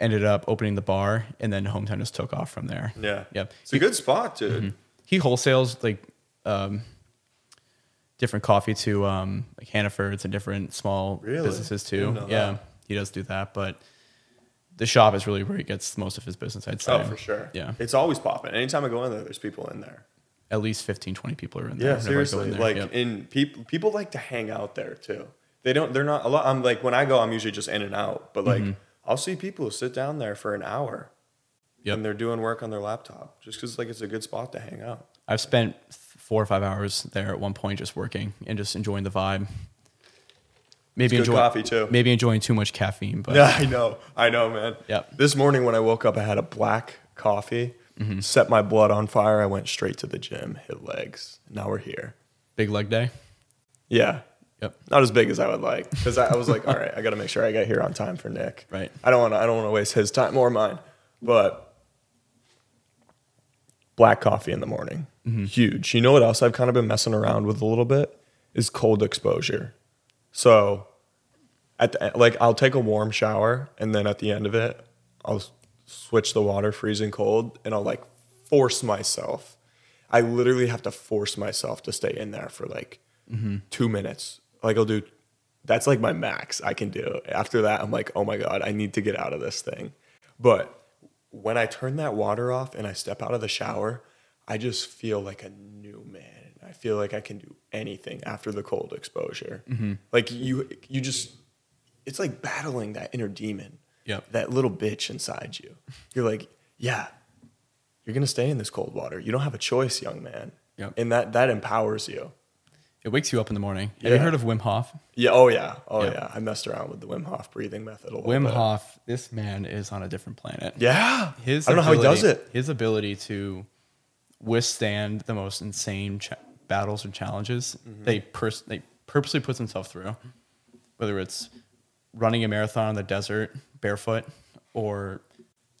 S2: ended up opening the bar, and then hometown just took off from there.
S1: Yeah.
S2: Yep.
S1: It's a good spot, dude.
S2: Mm-hmm. He wholesales like um, different coffee to um, like Hannaford's and different small
S1: Really?
S2: businesses
S1: Didn't
S2: too.
S1: know
S2: Yeah,
S1: that.
S2: he does do that, but the shop is really where he gets most of his business. I'd say.
S1: Oh, for sure.
S2: Yeah,
S1: It's always popping. Anytime I go in there, there's people in there.
S2: at least 15, 20 people are in there.
S1: Yeah,
S2: whenever I go in
S1: seriously.
S2: there.
S1: Like
S2: Yep.
S1: in people, people like to hang out there too. They don't. They're not a lot. I'm like when I go, I'm usually just in and out. But
S2: Mm-hmm.
S1: like I'll see people who sit down there for an hour,
S2: Yep.
S1: and they're doing work on their laptop just because like it's a good spot to hang out.
S2: I've spent four or five hours there at one point just working and just enjoying the vibe. Maybe
S1: It's good
S2: enjoy-
S1: coffee, too.
S2: Maybe enjoying too much caffeine, but
S1: Yeah, I know. I know, man.
S2: Yep.
S1: This morning when I woke up, I had a black coffee,
S2: Mm-hmm.
S1: set my blood on fire. I went straight to the gym, hit legs. Now we're here.
S2: big leg day.
S1: Yeah.
S2: Yep.
S1: Not as big as I would like because I, I was like, all right, I got to make sure I get here on time for Nick.
S2: Right.
S1: I don't want to. I don't want to waste his time or mine. But black coffee in the morning, huge. You know what else I've kind of been messing around with a little bit is cold exposure. So, at the, like, I'll take a warm shower and then at the end of it, I'll s- switch the water freezing cold and I'll like force myself. I literally have to force myself to stay in there for like two minutes. Like I'll do that's like my max I can do. After that, I'm like, oh my God, I need to get out of this thing. But when I turn that water off and I step out of the shower, I just feel like a new man. I feel like I can do anything after the cold exposure.
S2: Mm-hmm.
S1: Like you you just it's like battling that inner demon.
S2: Yep.
S1: That little bitch inside you. You're like, yeah, you're gonna stay in this cold water. You don't have a choice, young man.
S2: Yep.
S1: And that that empowers you.
S2: It wakes you up in the morning. Have
S1: Yeah.
S2: you heard of Wim Hof?
S1: Yeah. Oh yeah. Oh
S2: Yeah.
S1: yeah. I messed around with the Wim Hof breathing method a little
S2: Wim
S1: bit.
S2: Hof, this man is on a different planet.
S1: Yeah.
S2: His
S1: I don't know how he does
S2: ability-
S1: it.
S2: His ability to withstand the most insane cha- battles or challenges
S1: Mm-hmm.
S2: they pers- they purposely puts himself through, whether it's running a marathon in the desert barefoot or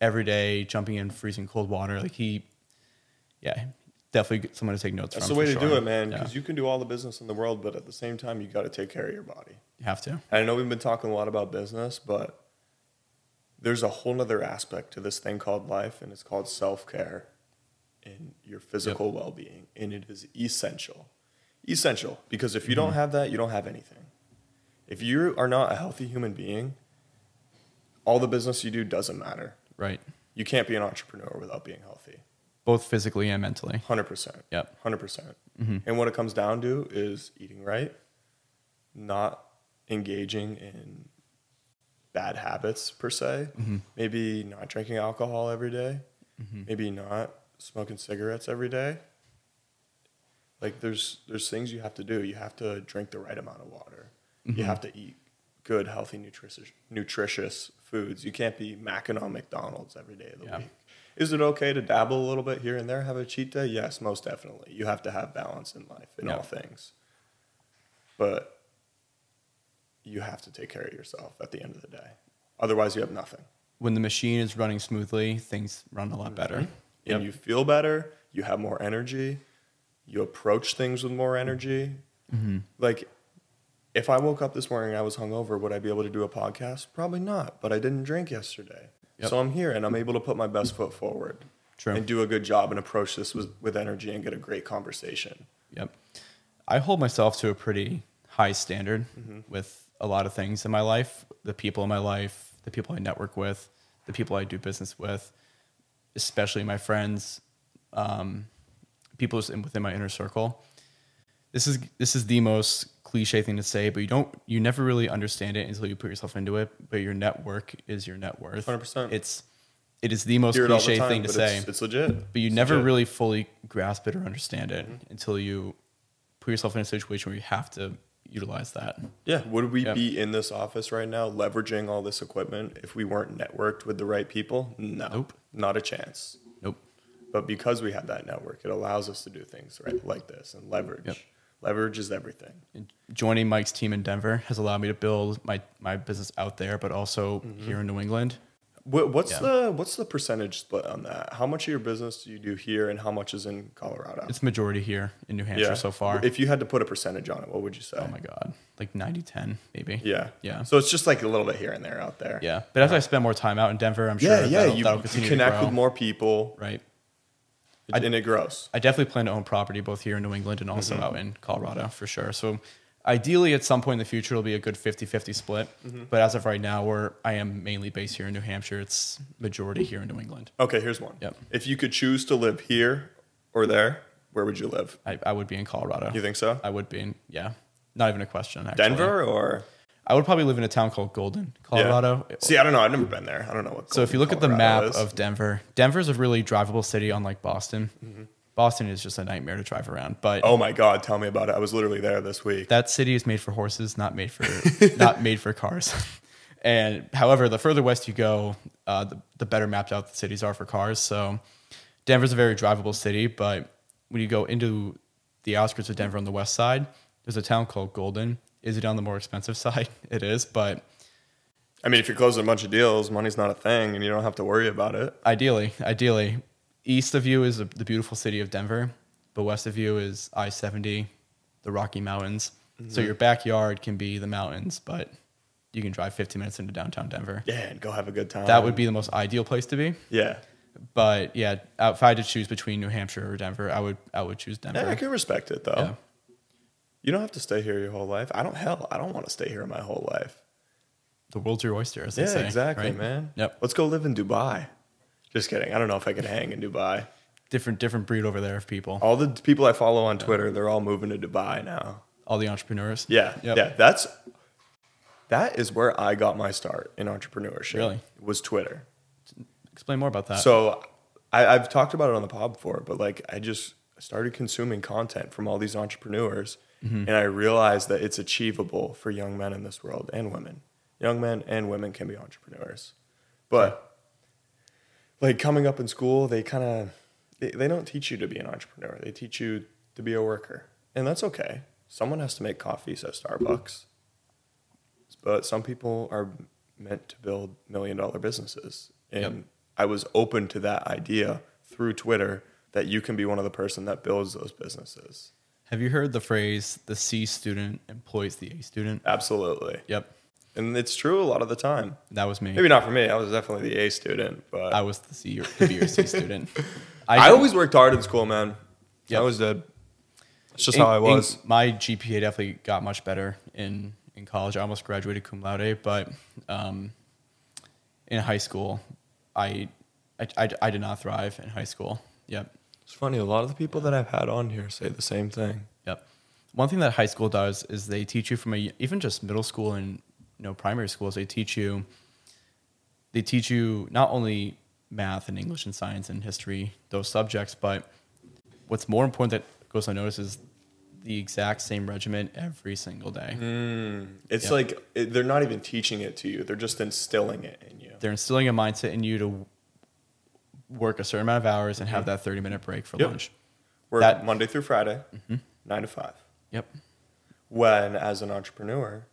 S2: every day, jumping in freezing cold water. Like he, yeah, definitely someone to take notes
S1: That's
S2: from.
S1: the way
S2: for
S1: to
S2: sure.
S1: do it, man.
S2: Yeah,
S1: Because you can do all the business in the world, but at the same time, you got to take care of your body.
S2: you have to.
S1: And I know we've been talking a lot about business, but there's a whole nother aspect to this thing called life, and it's called self care and your physical well being. And it is essential. Essential. Because if you don't have that, you don't have anything. If you are not a healthy human being, all the business you do doesn't matter.
S2: Right.
S1: You can't be an entrepreneur without being healthy.
S2: Both physically and mentally.
S1: Hundred percent.
S2: Yep.
S1: Hundred percent. And what it comes down to is eating right, not engaging in bad habits per se. Maybe not drinking alcohol every day. Maybe not smoking cigarettes every day. Like there's there's things you have to do. You have to drink the right amount of water.
S2: Mm-hmm.
S1: You have to eat good, healthy, nutritious nutritious foods. You can't be macking on McDonald's every day of the
S2: Yeah.
S1: week. Is it okay to dabble a little bit here and there, have a cheat day? Yes, most definitely. You have to have balance in life in
S2: Yeah.
S1: all things. But you have to take care of yourself at the end of the day. Otherwise, you have nothing.
S2: When the machine is running smoothly, things run a
S1: Mm-hmm.
S2: lot better. Yep.
S1: And you feel better, you have more energy, you approach things with more energy.
S2: Mm-hmm.
S1: Like, if I woke up this morning and I was hungover, would I be able to do a podcast? Probably not, but I didn't drink yesterday.
S2: Yep.
S1: So I'm here and I'm able to put my best foot forward
S2: True.
S1: and do a good job and approach this with, with energy and get a great conversation.
S2: Yep. I hold myself to a pretty high standard
S1: Mm-hmm.
S2: with a lot of things in my life, the people in my life, the people I network with, the people I do business with, especially my friends, um, people just in- within my inner circle. This is this is the most cliche thing to say, but you don't you never really understand it until you put yourself into it. But your network is your net worth.
S1: 100%.
S2: It's it is the most
S1: Hear it all the
S2: cliche
S1: time,
S2: thing to
S1: but
S2: say
S1: It's, it's legit.
S2: but you
S1: It's
S2: never
S1: legit. Mm-hmm.
S2: really fully grasp it or understand it until you put yourself in a situation where you have to utilize that.
S1: Yeah. Would we
S2: Yeah.
S1: be in this office right now leveraging all this equipment if we weren't networked with the right people? No.
S2: Nope.
S1: Not a chance.
S2: Nope.
S1: But because we have that network, it allows us to do things right like this and leverage.
S2: Yep.
S1: Leverage is everything.
S2: And joining Mike's team in Denver has allowed me to build my my business out there, but also
S1: Mm-hmm.
S2: here in New England.
S1: What, what's
S2: Yeah.
S1: the what's the percentage split on that? How much of your business do you do here, and how much is in Colorado?
S2: It's majority here in New Hampshire so far.
S1: If you had to put a percentage on it, what would you say?
S2: oh my god, like 90-10 maybe.
S1: Yeah.
S2: Yeah.
S1: So it's just like a little bit here and there out there.
S2: yeah. But as I spend more time out in Denver, I'm sure
S1: Yeah. yeah.
S2: that'll,
S1: you,
S2: that'll
S1: you
S2: continue to
S1: connect
S2: grow,
S1: with more people
S2: right.
S1: and it grows.
S2: I definitely plan to own property both here in New England and also
S1: Mm-hmm.
S2: out in Colorado for sure. So ideally at some point in the future it'll be a good 50-50 split.
S1: Mm-hmm.
S2: But as of right now, we're I am mainly based here in New Hampshire. It's majority here in New England.
S1: Okay. Here's one.
S2: Yep.
S1: If you could choose to live here or there, where would you live?
S2: I, I would be in Colorado.
S1: You think so?
S2: I would be in yeah. Not even a question. Actually.
S1: Denver or?
S2: I would probably live in a town called Golden, Colorado.
S1: Yeah. See, I don't know. I've never been there. I don't know what.
S2: So if you look at the map
S1: Colorado is.
S2: of Denver, Denver's a really drivable city unlike Boston.
S1: Mm-hmm.
S2: Boston is just a nightmare to drive around. But
S1: Oh my God, tell me about it. I was literally there this week.
S2: that city is made for horses, not made for not made for cars. and however, the further west you go, uh, the, the better mapped out the cities are for cars. So Denver's a very drivable city, but when you go into the outskirts of Denver on the west side, there's a town called Golden. Is it on the more expensive side? It is, but
S1: I mean, if you're closing a bunch of deals, money's not a thing and you don't have to worry about it.
S2: ideally, ideally, east of you is the the beautiful city of Denver, but west of you is I seventy, the Rocky Mountains. So
S1: Mm-hmm.
S2: your backyard can be the mountains, but you can drive 15 minutes into downtown Denver.
S1: Yeah, and go have a good time.
S2: That would be the most ideal place to be.
S1: Yeah.
S2: But yeah, if I had to choose between New Hampshire or Denver, I would I would choose Denver.
S1: Yeah, I can respect it though.
S2: Yeah.
S1: You don't have to stay here your whole life. I don't, hell, I don't want to stay here my whole life.
S2: The world's your oyster, as they
S1: Yeah,
S2: say.
S1: exactly,
S2: right?
S1: man.
S2: Yep.
S1: Let's go live in Dubai. Just kidding. I don't know if I could hang in Dubai.
S2: Different different breed over there of people. All,
S1: All the people I follow on Twitter, they're all moving to Dubai now.
S2: the entrepreneurs.
S1: Yeah.
S2: Yep.
S1: Yeah. That's that is where I got my start in entrepreneurship.
S2: Really?
S1: Was Twitter.
S2: Explain more about that.
S1: So I, I've talked about it on the pod before, but like I just started consuming content from all these entrepreneurs and I realized that it's achievable for young men in this world and women. Young men and women can be entrepreneurs. But like coming up in school, they kind of they, they don't teach you to be an entrepreneur. They teach you to be a worker. And that's okay. Someone has to make coffees at Starbucks. But some people are meant to build million dollar businesses. And
S2: Yep.
S1: I I was open to that idea through Twitter that you can be one of the person that builds those businesses.
S2: Have you heard the phrase the C student employs the A student?
S1: Absolutely.
S2: Yep.
S1: And it's true a lot of the time.
S2: That was me.
S1: Maybe not for me. I was definitely the A student, but
S2: I
S1: I,
S2: was the C or, could be your C student.
S1: always worked hard in school, man. I
S2: Yep.
S1: always did. It's just
S2: in-
S1: how I
S2: in-
S1: was.
S2: my GPA definitely got much better in in college. I almost graduated cum laude, but um, in high school, I, I, I I did not thrive in high school. Yep.
S1: It's funny. A lot of the people that I've had on here say the same thing.
S2: Yep. One thing that high school does is they teach you from a even just middle school and you know primary schools they teach you they teach you not only math and English and science and history those subjects but what's more important that goes unnoticed is the exact same regimen every single day.
S1: It's
S2: Yeah.
S1: like it, they're not even teaching it to you; they're just instilling it in you.
S2: They're instilling a mindset in you to work a certain amount of hours and have that 30 minute break for
S1: Yep.
S2: lunch.
S1: Work
S2: That- Mm-hmm.
S1: Monday through Friday, nine to five.
S2: Yep.
S1: When, as an entrepreneur,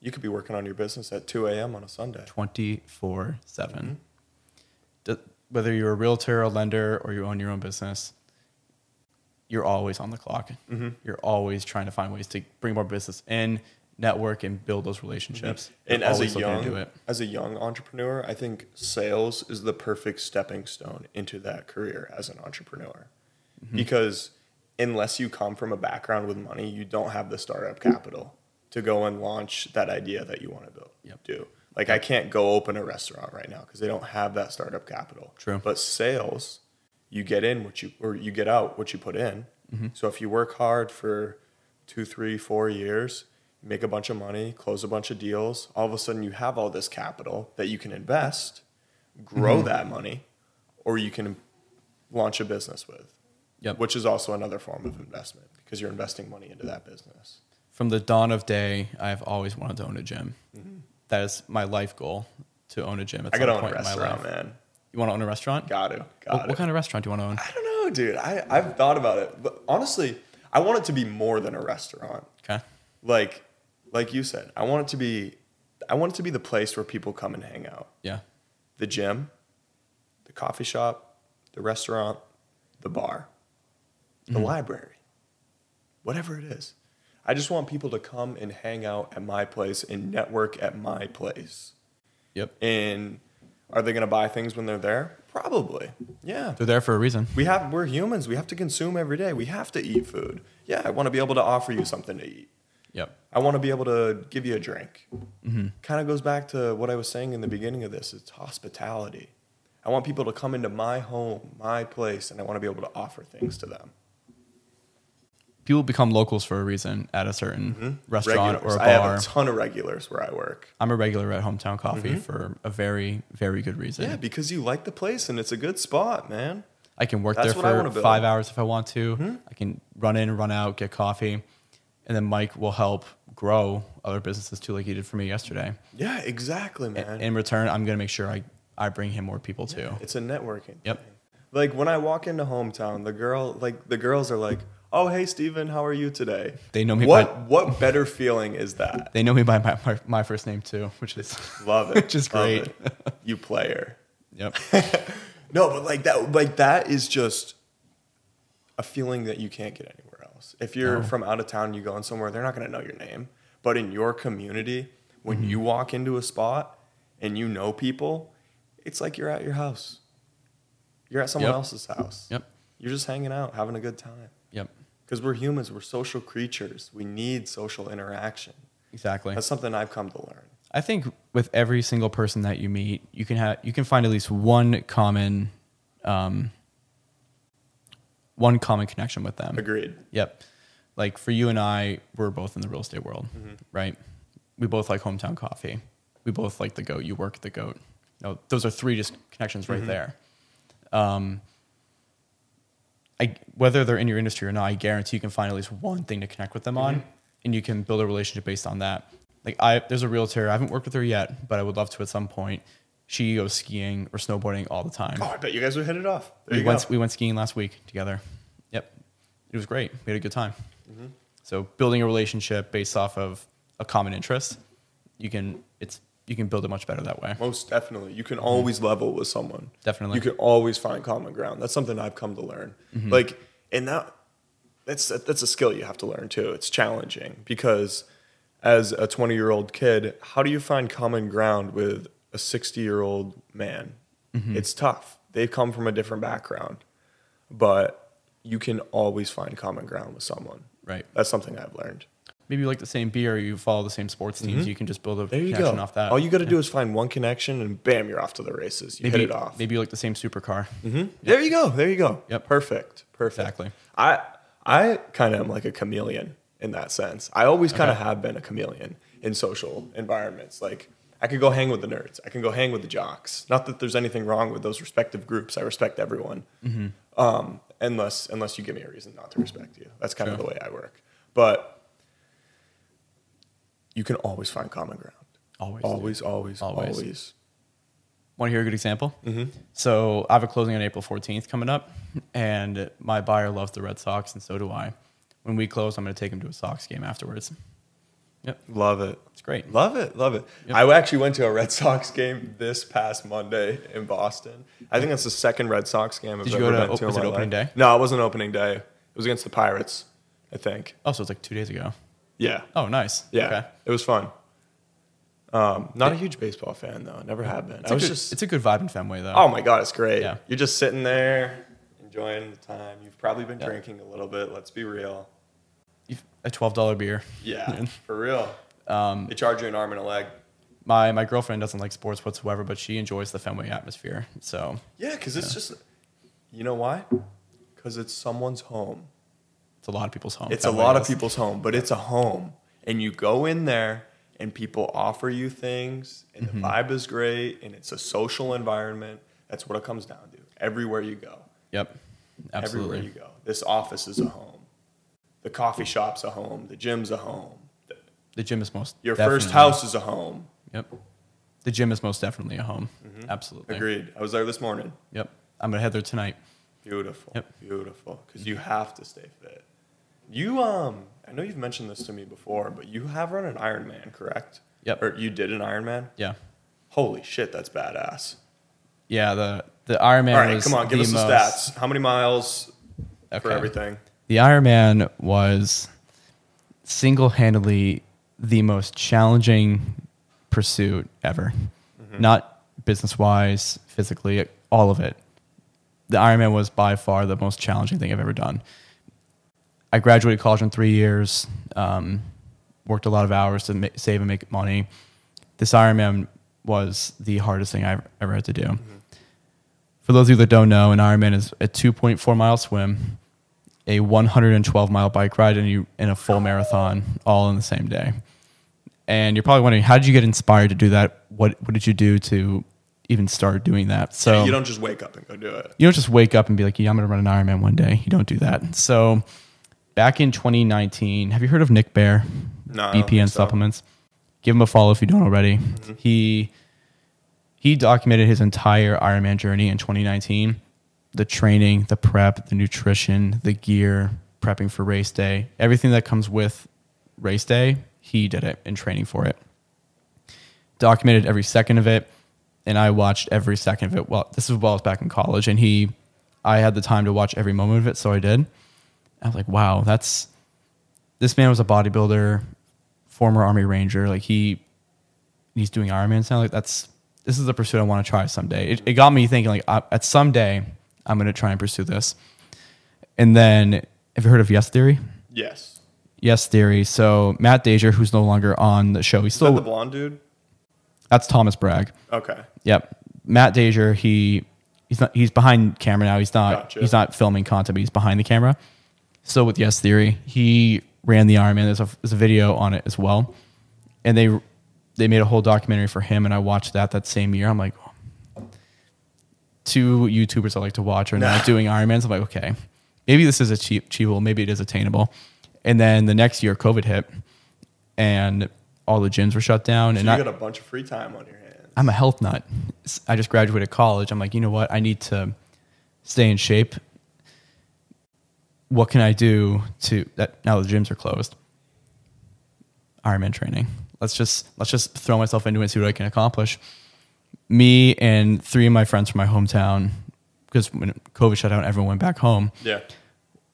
S1: you could be working on your business at two a.m. on a Sunday.
S2: 24 7.
S1: Mm-hmm.
S2: Whether you're a realtor, a lender, or you own your own business, you're always on the clock.
S1: Mm-hmm.
S2: You're always trying to find ways to bring more business in, network, and build those relationships.
S1: Mm-hmm. And
S2: You're
S1: as a
S2: always looking to do
S1: young,
S2: it.
S1: as a young entrepreneur, I think sales is the perfect stepping stone into that career as an entrepreneur,
S2: Mm-hmm.
S1: because unless you come from a background with money, you don't have the startup capital to go and launch that idea that you want to build.
S2: Yep.
S1: Do like I can't go open a restaurant right now because they don't have that startup capital.
S2: True.
S1: but sales, you get in what you or you get out what you put in.
S2: Mm-hmm.
S1: So if you work hard for two, three, four years, you make a bunch of money, close a bunch of deals, all of a sudden you have all this capital that you can invest, grow
S2: Mm-hmm.
S1: that money, or you can launch a business with.
S2: Yep.
S1: Which is also another form of investment because you're investing money into that business.
S2: From the dawn of day, I've always wanted to own a gym. That is my life goal to own a gym. At
S1: Mm-hmm. I gotta
S2: some
S1: own a
S2: point in my
S1: restaurant,
S2: life.
S1: man.
S2: You want to own a restaurant?
S1: Gotta, gotta.
S2: what, what kind of restaurant do you want to own?
S1: I don't know, dude. I, I've thought about it. But honestly, I want it to be more than a restaurant.
S2: Okay.
S1: Like like you said, I want it to be I want it to be the place where people come and hang out.
S2: Yeah.
S1: The gym, the coffee shop, the restaurant, the bar, the library. Whatever it is. I just want people to come and hang out at my place and network at my place.
S2: Yep.
S1: And are they going to buy things when they're there? Probably. Yeah.
S2: They're there for a reason.
S1: We have we're humans. We have to consume every day. We have to eat food. Yeah, I want to be able to offer you something to eat.
S2: Yep.
S1: I want to be able to give you a drink.
S2: Mm-hmm.
S1: Kind of goes back to what I was saying in the beginning of this. It's hospitality. I want people to come into my home, my place, and I want to be able to offer things to them.
S2: people become locals for a reason at a certain restaurant
S1: Mm-hmm. Regulars.
S2: or a
S1: I have
S2: bar.
S1: a ton of regulars where I work.
S2: I'm a regular at Hometown Coffee for a very, very good reason.
S1: Yeah, because you like the place and it's a good spot, man.
S2: I can work
S1: That's
S2: there
S1: what I
S2: for
S1: wanna build. Mm-hmm.
S2: five hours if I want to. I can run in, run out, get coffee. And then Mike will help grow other businesses too, like he did for me yesterday.
S1: Yeah, exactly, man.
S2: In return, I'm going to make sure I, I bring him more people too.
S1: It's a networking.
S2: Yep.
S1: thing. Like when I walk into hometown, the girl, like the girls are like, "Oh, hey, Steven, how are you today?"
S2: They know me
S1: What
S2: by-
S1: What better feeling is that?
S2: They know me by my, my, my first name too, which is,
S1: Love it.
S2: which is
S1: Love
S2: great.
S1: it. You player.
S2: Yep.
S1: No, but like that, like that is just a feeling that you can't get anywhere else. If you're from out of town, you go in somewhere, they're not going to know your name. But in your community, when
S2: Mm-hmm.
S1: you walk into a spot and you know people, it's like you're at your house. You're at someone
S2: Yep.
S1: else's house.
S2: Yep.
S1: You're just hanging out, having a good time.
S2: Yep.
S1: Because we're humans, we're social creatures. We need social interaction.
S2: Exactly.
S1: That's something I've come to learn.
S2: I think with every single person that you meet, you can have you can find at least one common, um, one common connection with them.
S1: Agreed.
S2: Yep. Like for you and I, we're both in the real estate world, right? We both like hometown coffee. We both like the goat. You work at the goat. No, those are three just connections right there. Um, I, whether they're in your industry or not, I guarantee you can find at least one thing to connect with them on, and you can build a relationship based on that. Like I, there's a realtor. I haven't worked with her yet, but I would love to at some point. She goes skiing or snowboarding all the time
S1: Oh, I bet you guys would hit it off. There
S2: we
S1: you
S2: went
S1: go.
S2: we went skiing last week together. Yep, it was great. We had a good time.
S1: Mm-hmm.
S2: So building a relationship based off of a common interest, you can it's you can build it much better that way.
S1: Most definitely. You can always level with someone.
S2: Mm-hmm. Definitely. Mm-hmm.
S1: You can always find common ground. That's something I've come to learn. Like, and that that's that's a skill you have to learn too. It's challenging because as a 20-year-old kid, how do you find common ground with a 60-year-old man?
S2: Mm-hmm.
S1: It's tough. They come from a different background. But you can always find common ground with someone.
S2: Right.
S1: That's something I've learned.
S2: Maybe you like the same beer, you follow the same sports teams, you can just build a
S1: Mm-hmm. There you
S2: connection
S1: go.
S2: off that.
S1: All you got to do is find one connection, and bam, you're off to the races. You
S2: maybe,
S1: hit it off. Mm-hmm.
S2: Maybe you like the same supercar.
S1: There you go. There you go.
S2: Yep.
S1: Perfect. Perfect.
S2: Exactly.
S1: I I kind of am like a chameleon in that sense. I always kind of have been a chameleon in social environments. Like I could go hang with the nerds. I can go hang with the jocks. Not that there's anything wrong with those respective groups. I respect everyone.
S2: Mm-hmm.
S1: Um, unless unless you give me a reason not to respect you. That's kind of
S2: Sure.
S1: the way I work. But you can always find common ground.
S2: Always.
S1: Always, always,
S2: Always.
S1: always.
S2: Want to hear a good example? Mm-hmm. So I have a closing on April 14th coming up, and my buyer loves the Red Sox, and so do I. When we close, I'm going to take him to a Sox game afterwards. Yep,
S1: Love it.
S2: it's great.
S1: Love it, love it.
S2: Yep.
S1: I actually went to a Red Sox game this past Monday in Boston. I think that's the second Red Sox game I've
S2: Did you
S1: ever
S2: go to
S1: been
S2: op-
S1: to. in
S2: was it
S1: my
S2: opening
S1: life.
S2: day?
S1: No, it wasn't opening day. It was against the Pirates, I think.
S2: Oh, so it's like two days ago.
S1: Yeah,
S2: Oh, nice.
S1: yeah,
S2: Okay.
S1: it was fun. Um, not a huge baseball fan though. Never have been.
S2: It's,
S1: I
S2: a
S1: was
S2: good,
S1: just.
S2: it's a good vibe in Fenway, though.
S1: oh my god, it's great.
S2: Yeah.
S1: You're just sitting there, enjoying the time. You've probably been
S2: Yeah.
S1: drinking a little bit. Let's be real.
S2: You've- A $12 beer.
S1: Yeah, for real.
S2: Um,
S1: they charge you an arm and a leg.
S2: My, my girlfriend doesn't like sports whatsoever, but she enjoys the Fenway atmosphere. So
S1: Yeah, because it's just, you know why? Because it's someone's home.
S2: it's a lot of people's home.
S1: It's a
S2: Fenway
S1: lot of
S2: is.
S1: people's home, but it's a home. And you go in there and people offer you things and
S2: Mm-hmm.
S1: the vibe is great and it's a social environment. That's what it comes down to. Everywhere you go.
S2: Yep. Absolutely.
S1: Everywhere you go. This office is a home. The coffee shop's a home. The gym's a home. The-
S2: The gym is most.
S1: Your first
S2: definitely-
S1: house is a home.
S2: Yep. The gym is most definitely a home. Absolutely.
S1: Mm-hmm. Agreed. I was there this morning.
S2: Yep. I'm gonna head there tonight.
S1: Beautiful.
S2: Yep.
S1: Beautiful. Because you have to stay fit. You um I know you've mentioned this to me before, but you have run an Ironman, correct?
S2: Yep.
S1: Or you did an Ironman?
S2: Yeah.
S1: Holy shit, that's badass.
S2: Yeah. The the Ironman.
S1: All right,
S2: was
S1: come on, give
S2: the
S1: us the
S2: most-
S1: stats. How many miles for
S2: Okay.
S1: everything?
S2: The Ironman was single-handedly the most challenging pursuit ever. Not business-wise, physically, all of it. The Ironman was by far the most challenging thing I've ever done. I graduated college in three years. Um, worked a lot of hours to ma- save and make money. This Ironman was the hardest thing I've ever had to do.
S1: Mm-hmm.
S2: For those of you that don't know, an Ironman is a 2.4 mile swim, a 112 mile bike ride, and you and a full marathon all in the same day. And you're probably wondering, how did you get inspired to do that? What what did you do to even start doing that? So
S1: you don't just wake up and go do it.
S2: you don't just wake up and be like, yeah, I'm going to run an Ironman one day. You don't do that. So back in 2019, have you heard of Nick Bear?
S1: No, I don't
S2: BPN
S1: think so. Mm-hmm.
S2: supplements. Give him a follow if you don't already. He he documented his entire Ironman journey in 2019. The training, the prep, the nutrition, the gear, prepping for race day, everything that comes with race day, he did it in training for it documented every second of it, and I watched every second of it. Well, this is while I was back in college, and he, I had the time to watch every moment of it, so I did. I was like, wow, that's this man was a bodybuilder, former Army Ranger. Like he, he's doing Ironman sound. Like that's this is the pursuit I want to try someday. It, it got me thinking like I, at someday I'm gonna try and pursue this. And then have you heard of Yes Theory?
S1: Yes.
S2: Yes Theory. So Matt Dazier, who's no longer on the show, he's
S1: Is that
S2: still
S1: the blonde dude?
S2: that's Thomas Bragg.
S1: Okay.
S2: Yep. Matt Dazier, he he's not he's behind camera now. He's not
S1: Gotcha.
S2: he's not filming content, but he's behind the camera. Still with Yes Theory, he ran the Iron Man. There's a there's a video on it as well, and they they made a whole documentary for him, and I watched that that same year. I'm like, oh. two YouTubers I like to watch are now doing Ironmans. I'm like, okay, maybe this is achie- achievable. Maybe it is attainable. And then the next year, COVID hit, and all the gyms were shut down,
S1: So
S2: and
S1: you
S2: I-
S1: got a bunch of free time on your hands.
S2: I'm a health nut. S- I just graduated college. I'm like, you know what? I need to stay in shape. What can I do to that? Now the gyms are closed. Ironman training. let's just let's just throw myself into it and see what I can accomplish. Me and three of my friends from my hometown, because when COVID shut down, everyone went back home.
S1: Yeah.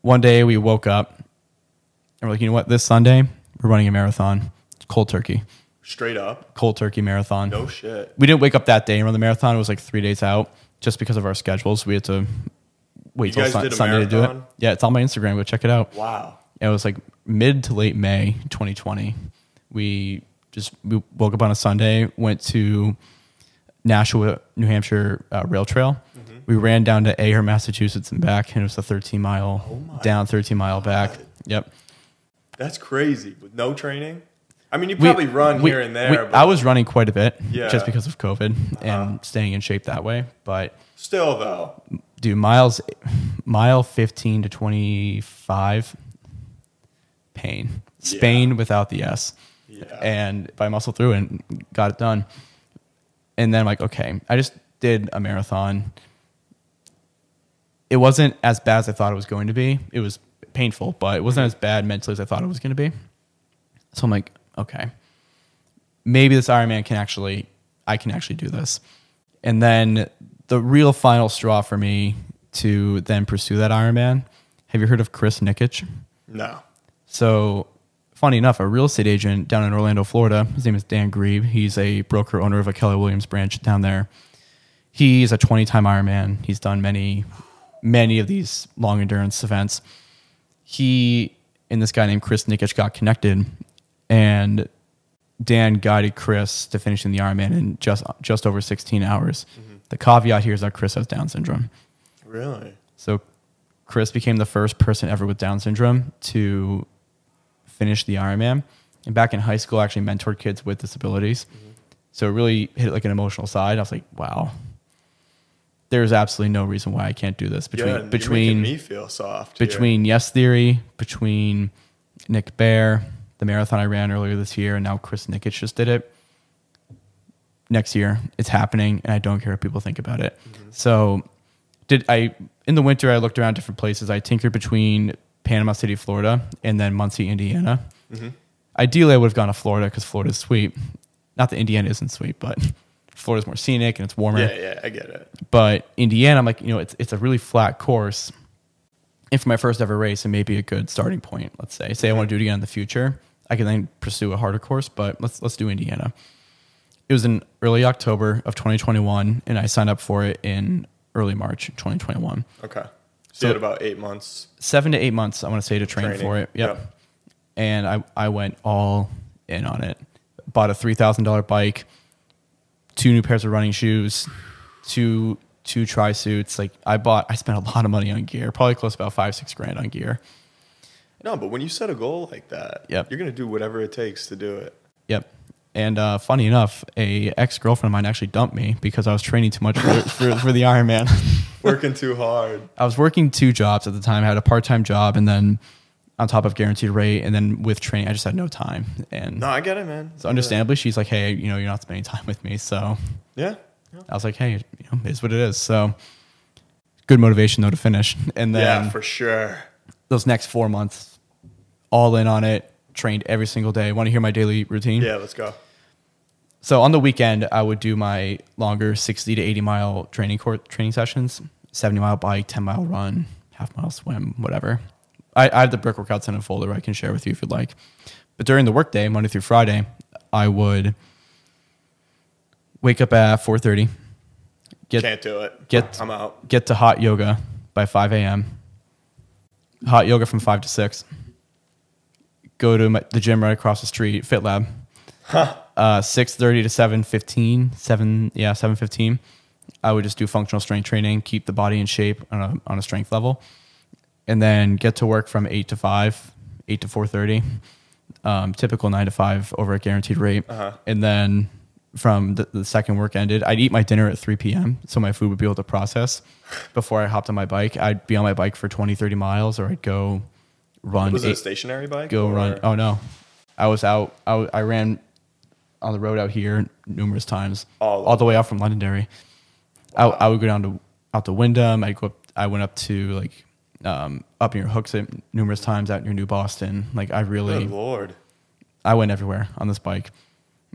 S2: One day we woke up and we're like, you know what? This Sunday we're running a marathon. It's cold turkey,
S1: Straight up.
S2: cold turkey marathon.
S1: No shit.
S2: We didn't wake up that day and run the marathon. It was like three days out, just because of our schedules. We had to wait
S1: You
S2: till
S1: guys
S2: Sun-
S1: did a
S2: Sunday to do it.
S1: marathon?
S2: Yeah, it's on my Instagram. Go check it out.
S1: Wow.
S2: it was like mid to late May 2020. We just we woke up on a Sunday, went to Nashua, New Hampshire uh, rail trail.
S1: Mm-hmm.
S2: We ran down to Aher, Massachusetts, and back, and it was a 13 mile
S1: Oh
S2: down, 13 mile back. Yep.
S1: That's crazy. With no training. I mean, you probably run
S2: we-
S1: here and
S2: we-
S1: there, but
S2: I was running quite a bit,
S1: Yeah. Uh-huh.
S2: just because of COVID and staying in shape that way. But
S1: still though.
S2: dude, miles, mile 15 to 25, pain. Spain without the S.
S1: Yeah.
S2: And but I muscled through and got it done. And then I'm like, okay, I just did a marathon. It wasn't as bad as I thought it was going to be. It was painful, but it wasn't as bad mentally as I thought it was going to be. So I'm like, okay, maybe this Ironman can actually, I can actually do this. And then the real final straw for me to then pursue that Ironman. Have you heard of Chris Nikic?
S1: No.
S2: So, funny enough, a real estate agent down in Orlando, Florida, his name is Dan Grebe. He's a broker owner of a Keller Williams branch down there. He's a 20 time Ironman. He's done many, many of these long endurance events. He and this guy named Chris Nikic got connected, and Dan guided Chris to finishing the Ironman in just just over 16 hours. The caveat here is that Chris has Down syndrome.
S1: Really?
S2: So Chris became the first person ever with Down syndrome to finish the Ironman. And back in high school, I actually mentored kids with disabilities. So it really hit like an emotional side. I was like, wow, there's absolutely no reason why I can't do this between
S1: Yeah, you're making
S2: between
S1: me feel soft. here.
S2: between Yes Theory, between Nick Bear, the marathon I ran earlier this year, and now Chris Nikic just did it. Next year, it's happening, and I don't care what people think about it.
S1: Mm-hmm.
S2: So, did I in the winter? I looked around different places. I tinkered between Panama City, Florida, and then Muncie, Indiana.
S1: Mm-hmm.
S2: Ideally, I would have gone to Florida because Florida's sweet. Not that Indiana isn't sweet, but Florida's more scenic and it's warmer
S1: Yeah, yeah, I get it.
S2: but Indiana, I'm like, you know, it's it's a really flat course. And for my first ever race, it may be a good starting point. Let's say, say I want to do it again in the future, I can then pursue a harder course. But let's let's do Indiana. It was in early October of 2021, and I signed up for it in early March 2021.
S1: Okay.
S2: So-
S1: So, you had about eight months.
S2: Seven to eight months, I want to say, to train
S1: Training.
S2: for it. Yep.
S1: Yep.
S2: And I I went all in on it. Bought a three thousand dollar bike, two new pairs of running shoes, two two tri suits. Like I bought, I spent a lot of money on gear, probably close to about five six grand on gear.
S1: No, but when you set a goal like that,
S2: Yep.
S1: you're gonna do whatever it takes to do it.
S2: Yep. And uh, funny enough, a ex girlfriend of mine actually dumped me because I was training too much for, for, for the Ironman.
S1: Working too hard.
S2: I was working two jobs at the time. I had a part time job, and then on top of guaranteed rate, and then with training, I just had no time. And
S1: No, I get it, man.
S2: so understandably, she's like, "Hey, you know, you're not spending time with me." So
S1: Yeah. Yeah.
S2: I was like, "Hey, you know, it is what it is." So good motivation though to finish. And then
S1: yeah, for sure.
S2: those next four months, all in on it, trained every single day. Want to hear my daily routine?
S1: Yeah, let's go.
S2: So on the weekend, I would do my longer 60 to 80 mile training cour training sessions, 70 mile bike, 10 mile run, half mile swim, whatever. I, I have the brick workouts in a folder I can share with you if you'd like. But during the workday, Monday through Friday, I would wake up at 4:30, get
S1: Can't do it.
S2: get-
S1: I'm out.
S2: get to hot yoga by 5 a.m. Hot yoga from 5 to 6. Go to my, the gym right across the street, Fit Lab. Uh, 6.30 to 7.15, 7, yeah, 7.15. I would just do functional strength training, keep the body in shape on a, on a strength level. And then get to work from 8 to 5, 8 to 4.30. Um, typical 9 to 5 over at Guaranteed Rate.
S1: Uh-huh.
S2: And then from the, the second work ended, I'd eat my dinner at 3 p.m. So my food would be able to process before I hopped on my bike. I'd be on my bike for 20, 30 miles or I'd go run.
S1: Was it
S2: eight-
S1: a stationary bike?
S2: go
S1: or-
S2: run. Oh no, I was out. I, w- I ran on the road out here numerous times,
S1: All
S2: all the way out from Londonderry. I, I would go down to out to Wyndham. I go up. I went up to like um, up near Hooks numerous times out near New Boston. Like I really,
S1: Good lord.
S2: I went everywhere on this bike.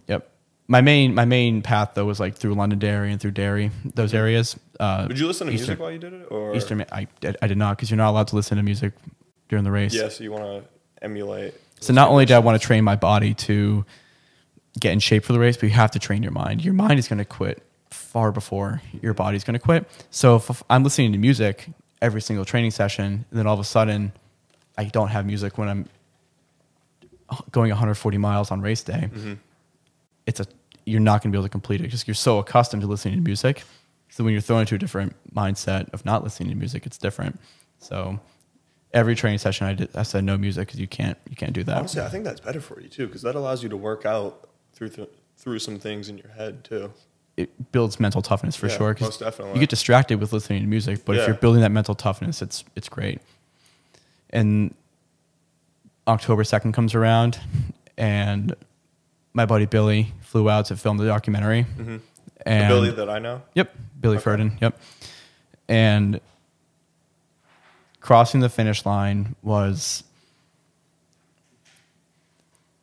S2: Yep. My main my main path though was like through Londonderry and through Derry, those areas. Uh,
S1: Would you listen to
S2: Eastern-
S1: music while you did it, or
S2: Eastern, Ma- I, did- I did not because you're not allowed to listen to music during the race.
S1: Yeah, so you want to emulate.
S2: So not only do I want to train my body to get in shape for the race, but you have to train your mind. Your mind is going to quit far before your body's going to quit. So if if I'm listening to music every single training session, and then all of a sudden I don't have music when I'm going 140 miles on race day, it's a you're not going to be able to complete it because you're so accustomed to listening to music. So when you're thrown into a different mindset of not listening to music, it's different. So every training session I did, I said no music because you can't you can't do that.
S1: Honestly, I think that's better for you too, because that allows you to work out through th- through some things in your head too.
S2: it builds mental toughness for
S1: Yeah,
S2: sure. 'cause
S1: most definitely.
S2: You get distracted with listening to music, but if
S1: Yeah.
S2: you're building that mental toughness, it's it's great. And October second comes around, and my buddy Billy flew out to film the documentary.
S1: Mm-hmm. The
S2: And
S1: Billy that I know.
S2: Yep, Billy Ferdin. Yep, and crossing the finish line was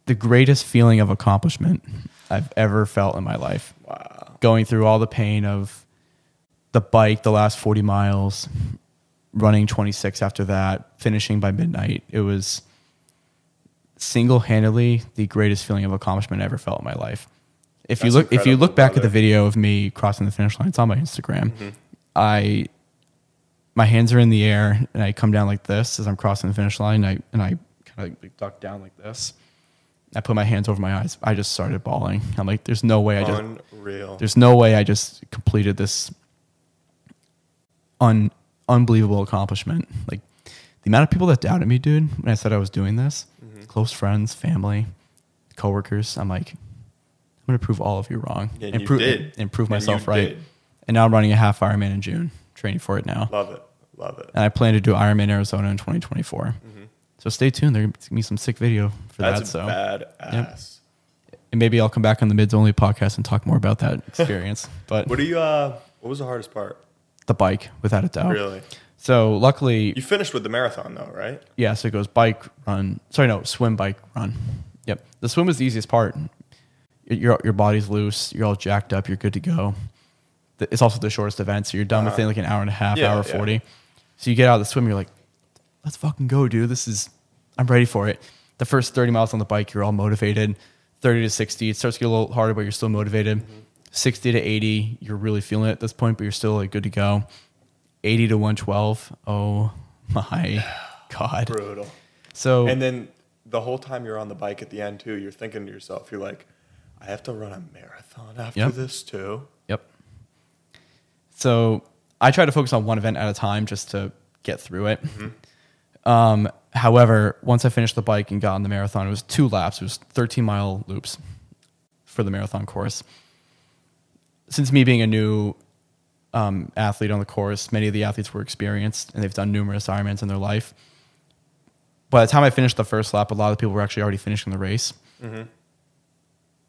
S2: the greatest feeling of accomplishment I've ever felt in my life
S1: Wow.
S2: going through all the pain of the bike the last 40 miles running 26 after that finishing by midnight it was single-handedly the greatest feeling of accomplishment i ever felt in my life if you
S1: That's
S2: look if you
S1: incredible,
S2: look back at the
S1: brother.
S2: video of me crossing the finish line it's on my instagram
S1: Mm-hmm.
S2: i my hands are in the air and i come down like this as i'm crossing the finish line and i and i kind of like duck down like this i put my hands over my eyes i just started bawling i'm like there's no way i just
S1: Unreal.
S2: there's no way I just completed this un unbelievable accomplishment. Like the amount of people that doubted me, dude, when I said I was doing this,
S1: Mm-hmm.
S2: close friends, family, coworkers, I'm like, I'm gonna prove all of you wrong.
S1: And you
S2: prove
S1: did.
S2: and prove
S1: And you
S2: myself right.
S1: did.
S2: And now I'm running a half Ironman in June, training for it now.
S1: Love it. Love it.
S2: And I plan to do Ironman Arizona in 2024. So stay tuned. There's gonna be some sick video
S1: Mm-hmm.
S2: for
S1: That's
S2: that. So
S1: bad ass.
S2: and maybe I'll come back on the Mids Only podcast and talk more about that experience. but
S1: What do you? Uh, what was the hardest part?
S2: the bike without a doubt.
S1: Really?
S2: So luckily,
S1: You finished with the marathon though, right?
S2: yeah. So it goes bike run. Sorry, no, swim, bike, run. Yep. The swim was the easiest part. Your your body's loose. You're all jacked up. You're good to go. The- It's also the shortest event, so you're done within like an hour and a half,
S1: Uh-huh. Yeah,
S2: hour
S1: yeah.
S2: forty. So you get out of the swim. You're like, let's fucking go, dude. This is, I'm ready for it. The first 30 miles on the bike, you're all motivated. 30 to 60, it starts to get a little harder, but you're still motivated.
S1: Mm-hmm.
S2: 60 to 80, you're really feeling it at this point, but you're still like good to go. 80 to 112, oh my God.
S1: Brutal.
S2: So,
S1: And then the whole time you're on the bike at the end too, you're thinking to yourself, you're like, I have to run a marathon after
S2: Yep.
S1: this too.
S2: yep. So I try to focus on one event at a time just to get through
S1: Mm-hmm.
S2: it. Um, however, once I finished the bike and got on the marathon, it was two laps, it was 13 mile loops for the marathon course. Since me being a new um, athlete on the course, many of the athletes were experienced and they've done numerous Ironmans in their life. By the time I finished the first lap, a lot of people were actually already finishing the race.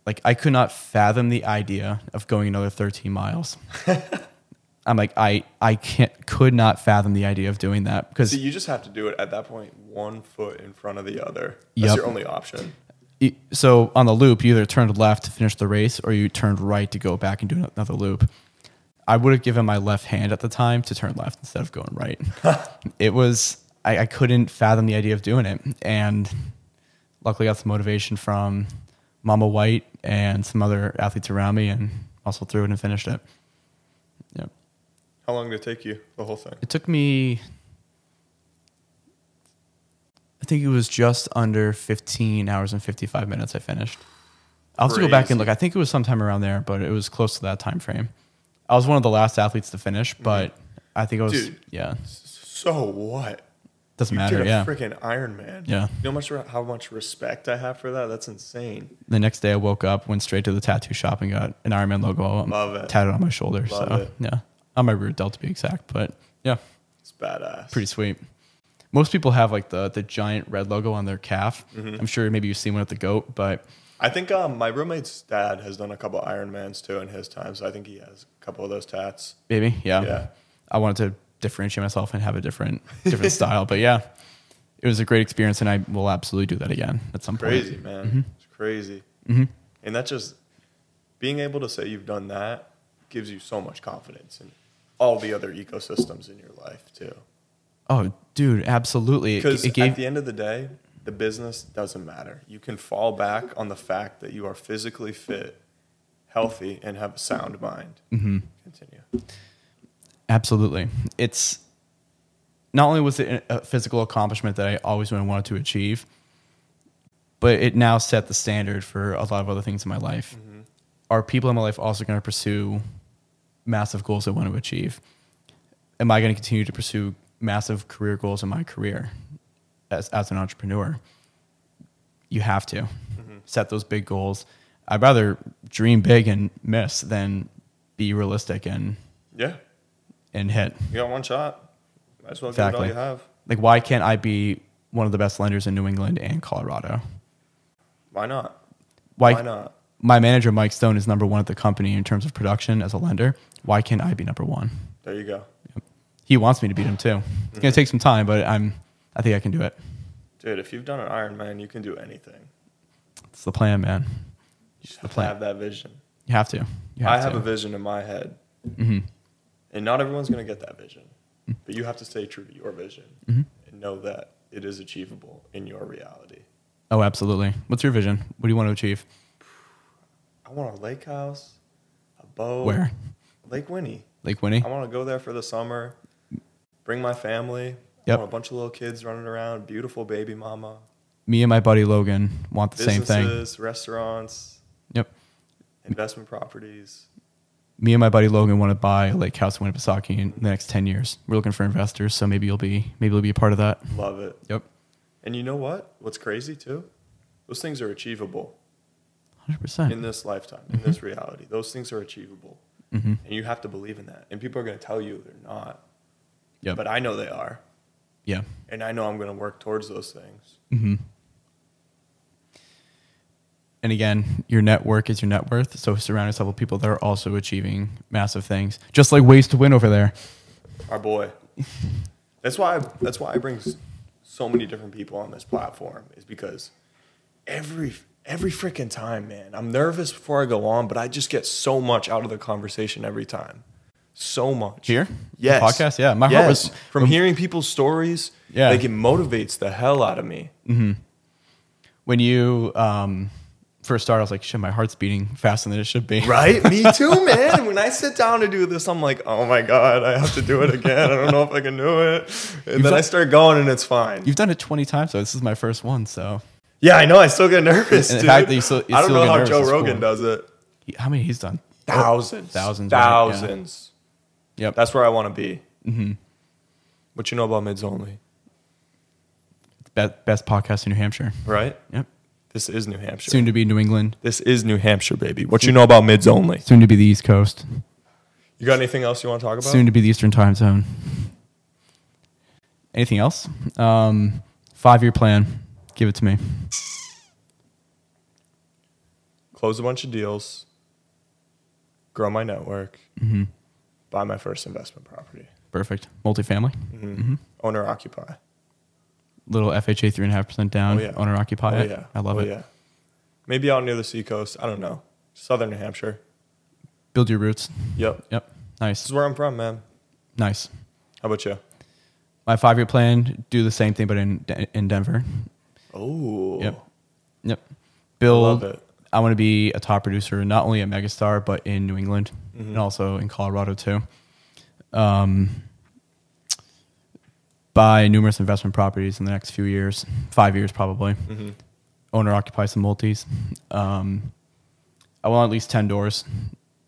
S2: Like, I could not fathom the idea of going another 13 miles. I'm like, I, I can't, could not fathom the idea of doing that because
S1: So you just have to do it at that point, one foot in front of the other. That's
S2: Yep.
S1: your only option.
S2: you- so on the loop, you either turned left to finish the race or you turned right to go back and do another loop. I would have given my left hand at the time to turn left instead of going right. it was, I, I couldn't fathom the idea of doing it. And luckily got some motivation from Mama White and some other athletes around me and also threw it and finished it. Yep.
S1: How long did it take you? The whole thing.
S2: It took me, I think it was just under 15 hours and 55 minutes. I finished. I'll have to go back
S1: Crazy.
S2: and look. I think it was sometime around there, but it was close to that time frame. I was one of the last athletes to finish, but I think I was,
S1: Mm-hmm. Dude.
S2: yeah,
S1: So what?
S2: doesn't
S1: You
S2: matter.
S1: did a
S2: Yeah.
S1: freaking Iron Man.
S2: Yeah.
S1: You know how much, how much respect I have for that? That's insane.
S2: the next day I woke up, went straight to the tattoo shop and got an Iron Man logo on-
S1: Love it.
S2: tattooed on my shoulder.
S1: Love
S2: so
S1: it.
S2: yeah, on my rear delt to be exact, but yeah.
S1: It's badass.
S2: pretty sweet. Most people have like the the giant red logo on their calf.
S1: Mm-hmm.
S2: I'm sure maybe you've seen one at the goat, but
S1: I think um, my roommate's dad has done a couple Iron Mans too in his time, so I think he has a couple of those tats.
S2: maybe yeah.
S1: Yeah.
S2: I wanted to differentiate myself and have a different different style, but yeah, it was a great experience, and I will absolutely do that again at some
S1: Crazy,
S2: point. Mm-hmm.
S1: man. It's crazy. And that just being able to say you've done that gives you so much confidence in all the other ecosystems in your life too.
S2: Oh, dude, absolutely. It,
S1: Because
S2: it gave
S1: at the end of the day, the business doesn't matter. You can fall back on the fact that you are physically fit, healthy, and have a sound mind. Mm-hmm. Continue.
S2: Absolutely. It's not only was it a physical accomplishment that I always really wanted to achieve, but it now set the standard for a lot of other things in my life. Are people in my life also going to pursue massive goals I want to achieve? Am I going to continue to pursue massive career goals in my career as, as an entrepreneur? You have to set those big goals. I'd rather dream big and miss than be realistic and,
S1: Yeah,
S2: and hit.
S1: you got one shot. Might as well
S2: Exactly.
S1: give it all you have.
S2: Like, why can't I be one of the best lenders in New England and Colorado?
S1: Why not?
S2: Why,
S1: Why not?
S2: My manager, Mike Stone, is number one at the company in terms of production as a lender. Why can't I be number one?
S1: There you go.
S2: He wants me to beat him too. It's gonna take some time, but I'm. I think I can do it.
S1: Dude, if you've done an Ironman, you can do anything.
S2: It's the plan, man.
S1: You just
S2: the
S1: have to
S2: plan.
S1: have that vision.
S2: You have to. You
S1: I
S2: to.
S1: have a vision in my head,
S2: Mhm.
S1: and not everyone's going to get that vision.
S2: Mm.
S1: But you have to stay true to your vision
S2: Mm-hmm.
S1: and know that it is achievable in your reality.
S2: Oh, absolutely. What's your vision? What do you want to achieve?
S1: I want a lake house, a boat.
S2: Where?
S1: Lake Winnie.
S2: Lake Winnie.
S1: I want to go there for the summer, bring my family. I
S2: Yep.
S1: want a bunch of little kids running around, beautiful baby mama,
S2: Me and my buddy Logan want the same thing.
S1: businesses, restaurants,
S2: Yep.
S1: investment properties.
S2: me and my buddy Logan want to buy a lake house in Winnipesaukee in the next 10 years. We're looking for investors, so maybe you'll be maybe you'll be a part of that.
S1: Love it.
S2: Yep.
S1: And you know what? What's crazy too? Those things are achievable
S2: 100%.
S1: in this lifetime, in
S2: Mm-hmm.
S1: this reality. Those things are achievable. And you have to believe in that. And people are going to tell you they're not.
S2: Yep.
S1: But I know they are.
S2: yeah. Mm-hmm.
S1: And I know I'm going to work towards those things.
S2: And again, your network is your net worth, so surround yourself with people that are also achieving massive things. Just like ways to win over there.
S1: our boy. That's why I, that's why I bring s- so many different people on this platform is because every every freaking time, man, I'm nervous before I go on, but I just get so much out of the conversation every time. So much
S2: Here?
S1: Yes.
S2: The podcast? Yeah. My
S1: yes.
S2: heart was um,
S1: from hearing people's stories.
S2: Yeah.
S1: like it motivates the hell out of me.
S2: when you um, first started, I was like, shit, my heart's beating faster than it should be.
S1: Right? Me too, man. When I sit down to do this, I'm like, oh my god, I have to do it again. I don't know if I can do it. And then I
S2: done-
S1: start going, and it's fine.
S2: You've done it 20 times, so this is my first one, so
S1: Yeah, I know. I still get nervous.
S2: And the
S1: dude.
S2: fact that you still- you
S1: I don't
S2: still
S1: know
S2: get
S1: how
S2: nervous
S1: Joe
S2: is cool.
S1: Rogan does it.
S2: He- how many he's done?
S1: Thousands,
S2: Thousands, right? Yeah.
S1: thousands.
S2: Yep.
S1: That's where I want to be. Mm-hmm. What you know about mids only,
S2: Be- best podcast in New Hampshire.
S1: right?
S2: Yep.
S1: This is New Hampshire.
S2: Soon to be New England.
S1: This is New Hampshire, baby. What you know about mids only?
S2: Soon to be the East Coast.
S1: You got anything else you want to talk about?
S2: soon to be the Eastern Time Zone. Anything else? Um, five year plan. Give it to me.
S1: Close a bunch of deals. Grow my network.
S2: Mm-hmm.
S1: Buy my first investment property.
S2: Perfect. Multifamily.
S1: Owner occupy.
S2: Little FHA three and a half percent down.
S1: Oh, yeah.
S2: Owner occupy
S1: Oh
S2: it.
S1: yeah,
S2: I love
S1: Oh,
S2: it.
S1: Yeah, maybe out near the seacoast. I don't know. Southern New Hampshire.
S2: Build your roots.
S1: Yep.
S2: Yep.
S1: This
S2: Nice.
S1: is where I'm from, man.
S2: Nice.
S1: How about you?
S2: My five year plan. Do the same thing, but in De- in Denver.
S1: Oh.
S2: Yep. Yep. Build.
S1: it.
S2: I want to be a top producer, not only at Megastar, but in New England and also in Colorado too. Um, buy numerous investment properties in the next few years, five years probably. Owner occupy some multis. Um, I want at least ten doors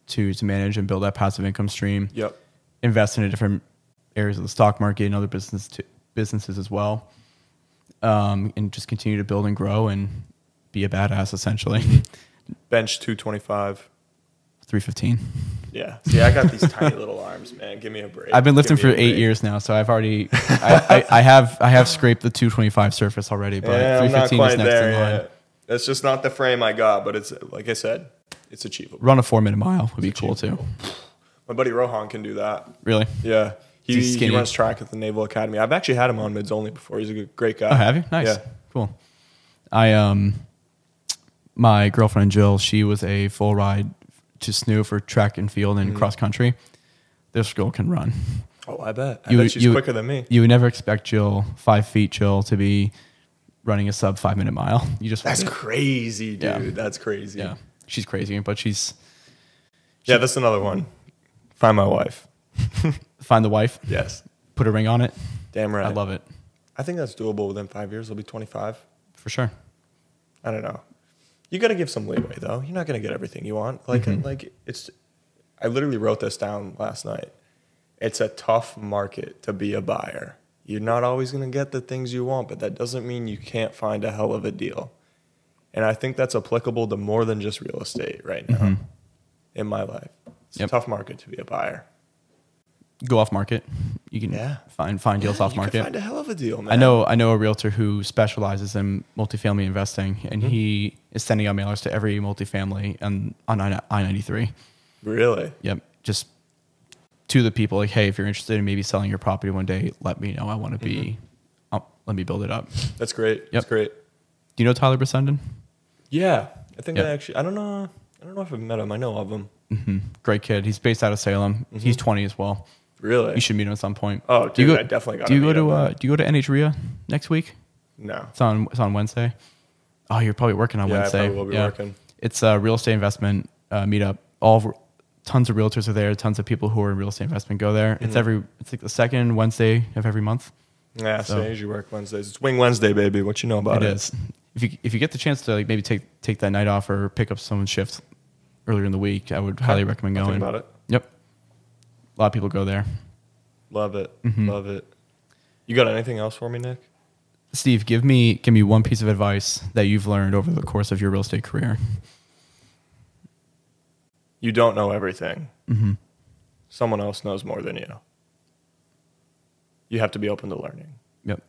S2: to to manage and build that passive income stream.
S1: Yep.
S2: Invest in different areas of the stock market and other business to, businesses as well um, and just continue to build and grow and be a badass essentially.
S1: Bench 225.
S2: 315.
S1: Yeah. See, I got these tiny little arms, man. Give me a break.
S2: I've been
S1: Give
S2: lifting
S1: me
S2: for
S1: a
S2: eight
S1: break.
S2: years now, so I've already I, I, I have I have scraped the 225 surface already, but
S1: Yeah, I'm not
S2: 315
S1: quite
S2: is next
S1: there
S2: in line.
S1: yet. That's just not the frame I got, but it's like I said, it's achievable.
S2: Run a four minute mile would be cool too.
S1: achievable. My buddy Rohan can do that.
S2: Really?
S1: Yeah. He,
S2: He's
S1: he
S2: skinny.
S1: runs track at the Naval Academy. I've actually had him on mids only before. He's a good, great guy.
S2: Oh, have you? Nice.
S1: Yeah.
S2: Cool. I um my girlfriend Jill, she was a full ride to SNU for track and field
S1: Mm-hmm.
S2: and cross country. This girl can run.
S1: Oh, I bet. I
S2: You-
S1: bet she's
S2: you-
S1: quicker than me.
S2: You would never expect Jill, five feet Jill, to be running a sub five minute mile. You just
S1: That's
S2: wouldn't.
S1: crazy, dude.
S2: Yeah.
S1: That's crazy.
S2: yeah, she's crazy, but she's
S1: Yeah, that's another one. Find my wife.
S2: find the wife,
S1: Yes.
S2: put a ring on it.
S1: Damn right.
S2: I love it
S1: I think that's doable within five years. I'll be 25.
S2: for sure.
S1: I don't know. You got to give some leeway though. You're not gonna get everything you want. Like
S2: Mm-hmm.
S1: like it's. I literally wrote this down last night. It's a tough market to be a buyer. You're not always gonna get the things you want, but that doesn't mean you can't find a hell of a deal. And I think that's applicable to more than just real estate right now in my life. It's
S2: Mm-hmm. Yep.
S1: a tough market to be a buyer.
S2: Go off market. You can
S1: Yeah.
S2: find find deals
S1: Yeah,
S2: off
S1: you could
S2: market.
S1: find a hell of a deal, man.
S2: I know I know a realtor who specializes in multifamily investing,
S1: Mm-hmm.
S2: and he is sending out mailers to every multifamily and on I ninety three.
S1: Really?
S2: Yep, just to the people like, hey, if you're interested in maybe selling your property one day, let me know. I want to
S1: Mm-hmm.
S2: be, I'll- let me build it up. Do
S1: That's great. That's
S2: Yep.
S1: great.
S2: you know Tyler Brissenden?
S1: Yeah, I think
S2: Yep.
S1: I actually. I don't know. I don't know if I've met him. I know of him.
S2: Great kid. He's based out of Salem.
S1: Mm-hmm.
S2: He's twenty as well.
S1: Really?
S2: You should meet him at some point.
S1: Oh,
S2: Do you
S1: dude,
S2: go-
S1: I definitely gotta
S2: Do you
S1: meet
S2: go to
S1: him,
S2: uh,
S1: man.
S2: Do you go to NHREA next week?
S1: No.
S2: It's on it's on Wednesday. Oh, you're probably working on
S1: Yeah, I
S2: Wednesday.
S1: probably will be working.
S2: It's a real estate investment uh, meetup. All of- tons of realtors are there. Tons of people who are in real estate investment go there.
S1: Mm-hmm.
S2: It's every it's like the second Wednesday of every month.
S1: Yeah, so,
S2: So-
S1: as you work Wednesdays. It's Wing Wednesday, baby. What you know about
S2: It
S1: it?
S2: is. If you if you get the chance to like maybe take take that night off or pick up someone's shift earlier in the week, I would highly recommend
S1: I'll
S2: going.
S1: think about it.
S2: Yep. A lot of people go there.
S1: Love it.
S2: Mm-hmm.
S1: Love it. You got anything else for me, Nick?
S2: Steve, give me give me one piece of advice that you've learned over the course of your real estate career.
S1: You don't know everything. Someone else knows more than you. You have to be open to learning.
S2: Yep.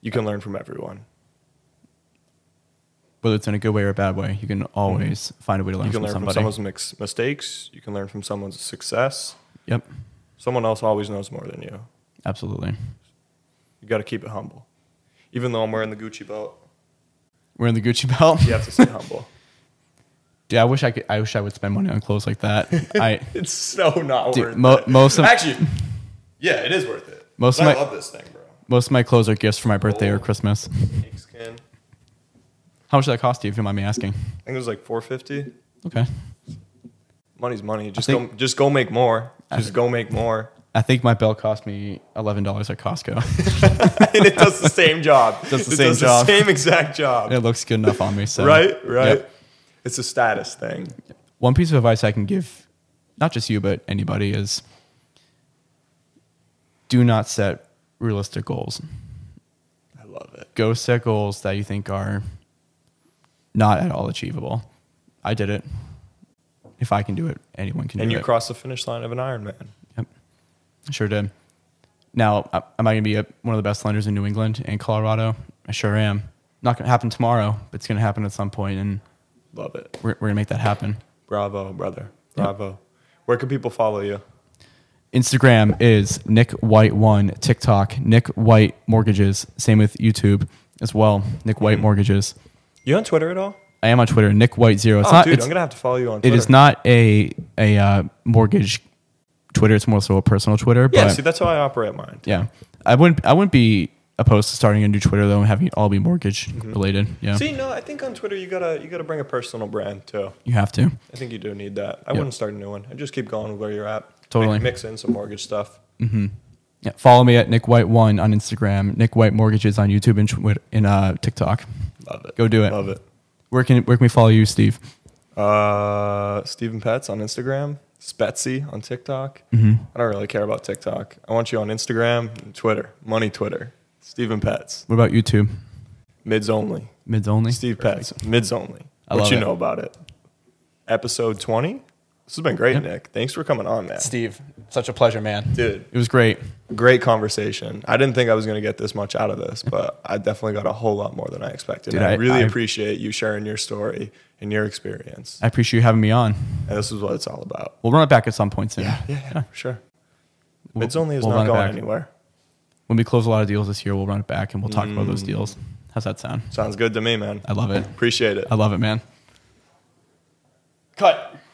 S1: You can learn from everyone.
S2: whether it's in a good way or a bad way, you can always find a way to
S1: Mm-hmm.
S2: learn,
S1: You can
S2: from,
S1: learn from
S2: somebody.
S1: someone's mix- mistakes. You can learn from someone's success.
S2: yep,
S1: Someone else always knows more than you.
S2: absolutely.
S1: You got to keep it humble. Even though I'm wearing the Gucci belt,
S2: Wearing the Gucci belt.
S1: you have to stay humble.
S2: Dude, I wish I could. I wish I would spend money on clothes like that. I
S1: It's so not
S2: Dude,
S1: worth
S2: mo-
S1: it.
S2: most of-
S1: actually, yeah, it is worth it.
S2: Most of
S1: But I
S2: my-
S1: love this thing, bro.
S2: most of my clothes are gifts for my birthday or
S1: Oh.
S2: Christmas.
S1: Skin.
S2: How much did that cost you? If you mind me asking.
S1: I think it was like 450.
S2: Okay.
S1: Money's money. Just
S2: think-
S1: go, just go make more.
S2: I
S1: Just
S2: think-
S1: go make more,
S2: I think my belt cost me eleven dollars at Costco.
S1: and it does the same job.
S2: Does the
S1: It
S2: same
S1: does
S2: job.
S1: The same exact job.
S2: it looks good enough on me. So
S1: Right, right.
S2: Yep.
S1: It's a status thing.
S2: One piece of advice I can give, not just you but anybody, is do not set realistic goals.
S1: I love it.
S2: go set goals that you think are not at all achievable. I did it. If I can do it, anyone can
S1: And
S2: do
S1: you
S2: it.
S1: cross the finish line of an Ironman.
S2: Yep. Sure did. Now, uh, am I going to be a, one of the best lenders in New England and Colorado? I sure am. Not going to happen tomorrow, but it's going to happen at some point, and
S1: Love it.
S2: we're, we're going to make that happen.
S1: Bravo, brother. Bravo. Where can people follow you?
S2: Instagram is Nick White One. TikTok Nick White Mortgages. Same with YouTube as well. Nick
S1: Mm-hmm.
S2: White Mortgages.
S1: You on Twitter at all?
S2: I am on Twitter. Nick White Zero. It's
S1: oh,
S2: not.
S1: dude,
S2: it's-
S1: I'm gonna have to follow you on.
S2: It
S1: Twitter.
S2: is not a a uh, mortgage Twitter. It's more so a personal Twitter.
S1: Yeah,
S2: but
S1: see, that's how I operate mine.
S2: yeah, I wouldn't I wouldn't be opposed to starting a new Twitter though and having it all be mortgage related. Yeah,
S1: Mm-hmm. See, no, I think on Twitter you gotta you gotta bring a personal brand too.
S2: you have to.
S1: I think you do need that. I wouldn't start a new one. I just keep going with where you're at.
S2: Totally.
S1: Mi- mix in some mortgage stuff.
S2: Yeah. Follow me at Nick White One on Instagram. Nick White Mortgages on YouTube and Twitter and uh, TikTok.
S1: Love it.
S2: Go do it.
S1: Love it.
S2: Where can where can we follow you, Steve?
S1: Uh, Stephen Pets on Instagram. Spetsy on TikTok.
S2: Mm-hmm.
S1: I don't really care about TikTok. I want you on Instagram, and Twitter, money Twitter. Stephen Pets,
S2: What about YouTube?
S1: mids only.
S2: Mids only.
S1: Steve Pets, mids only.
S2: I
S1: what
S2: love
S1: you
S2: it.
S1: know about it? Episode twenty. This has been great, Nick. Thanks for coming on, man.
S2: Steve, such a pleasure, man.
S1: Dude,
S2: It was great.
S1: great conversation. I didn't think I was going to get this much out of this, but I definitely got a whole lot more than I expected.
S2: Dude,
S1: I,
S2: I-
S1: really
S2: I-
S1: appreciate you sharing your story and your experience.
S2: I appreciate you having me on.
S1: And this is what it's all about.
S2: We'll run it back at some point soon.
S1: Yeah, yeah, for sure.
S2: We'll-
S1: it's only is
S2: we'll
S1: not
S2: run it
S1: going
S2: back.
S1: anywhere. Mm.
S2: when we close a lot of deals this year, we'll run it back and we'll talk about those deals. How's How's that sound?
S1: Sounds good to me, man.
S2: I love it.
S1: Appreciate it.
S2: I love it, man.
S1: Cut.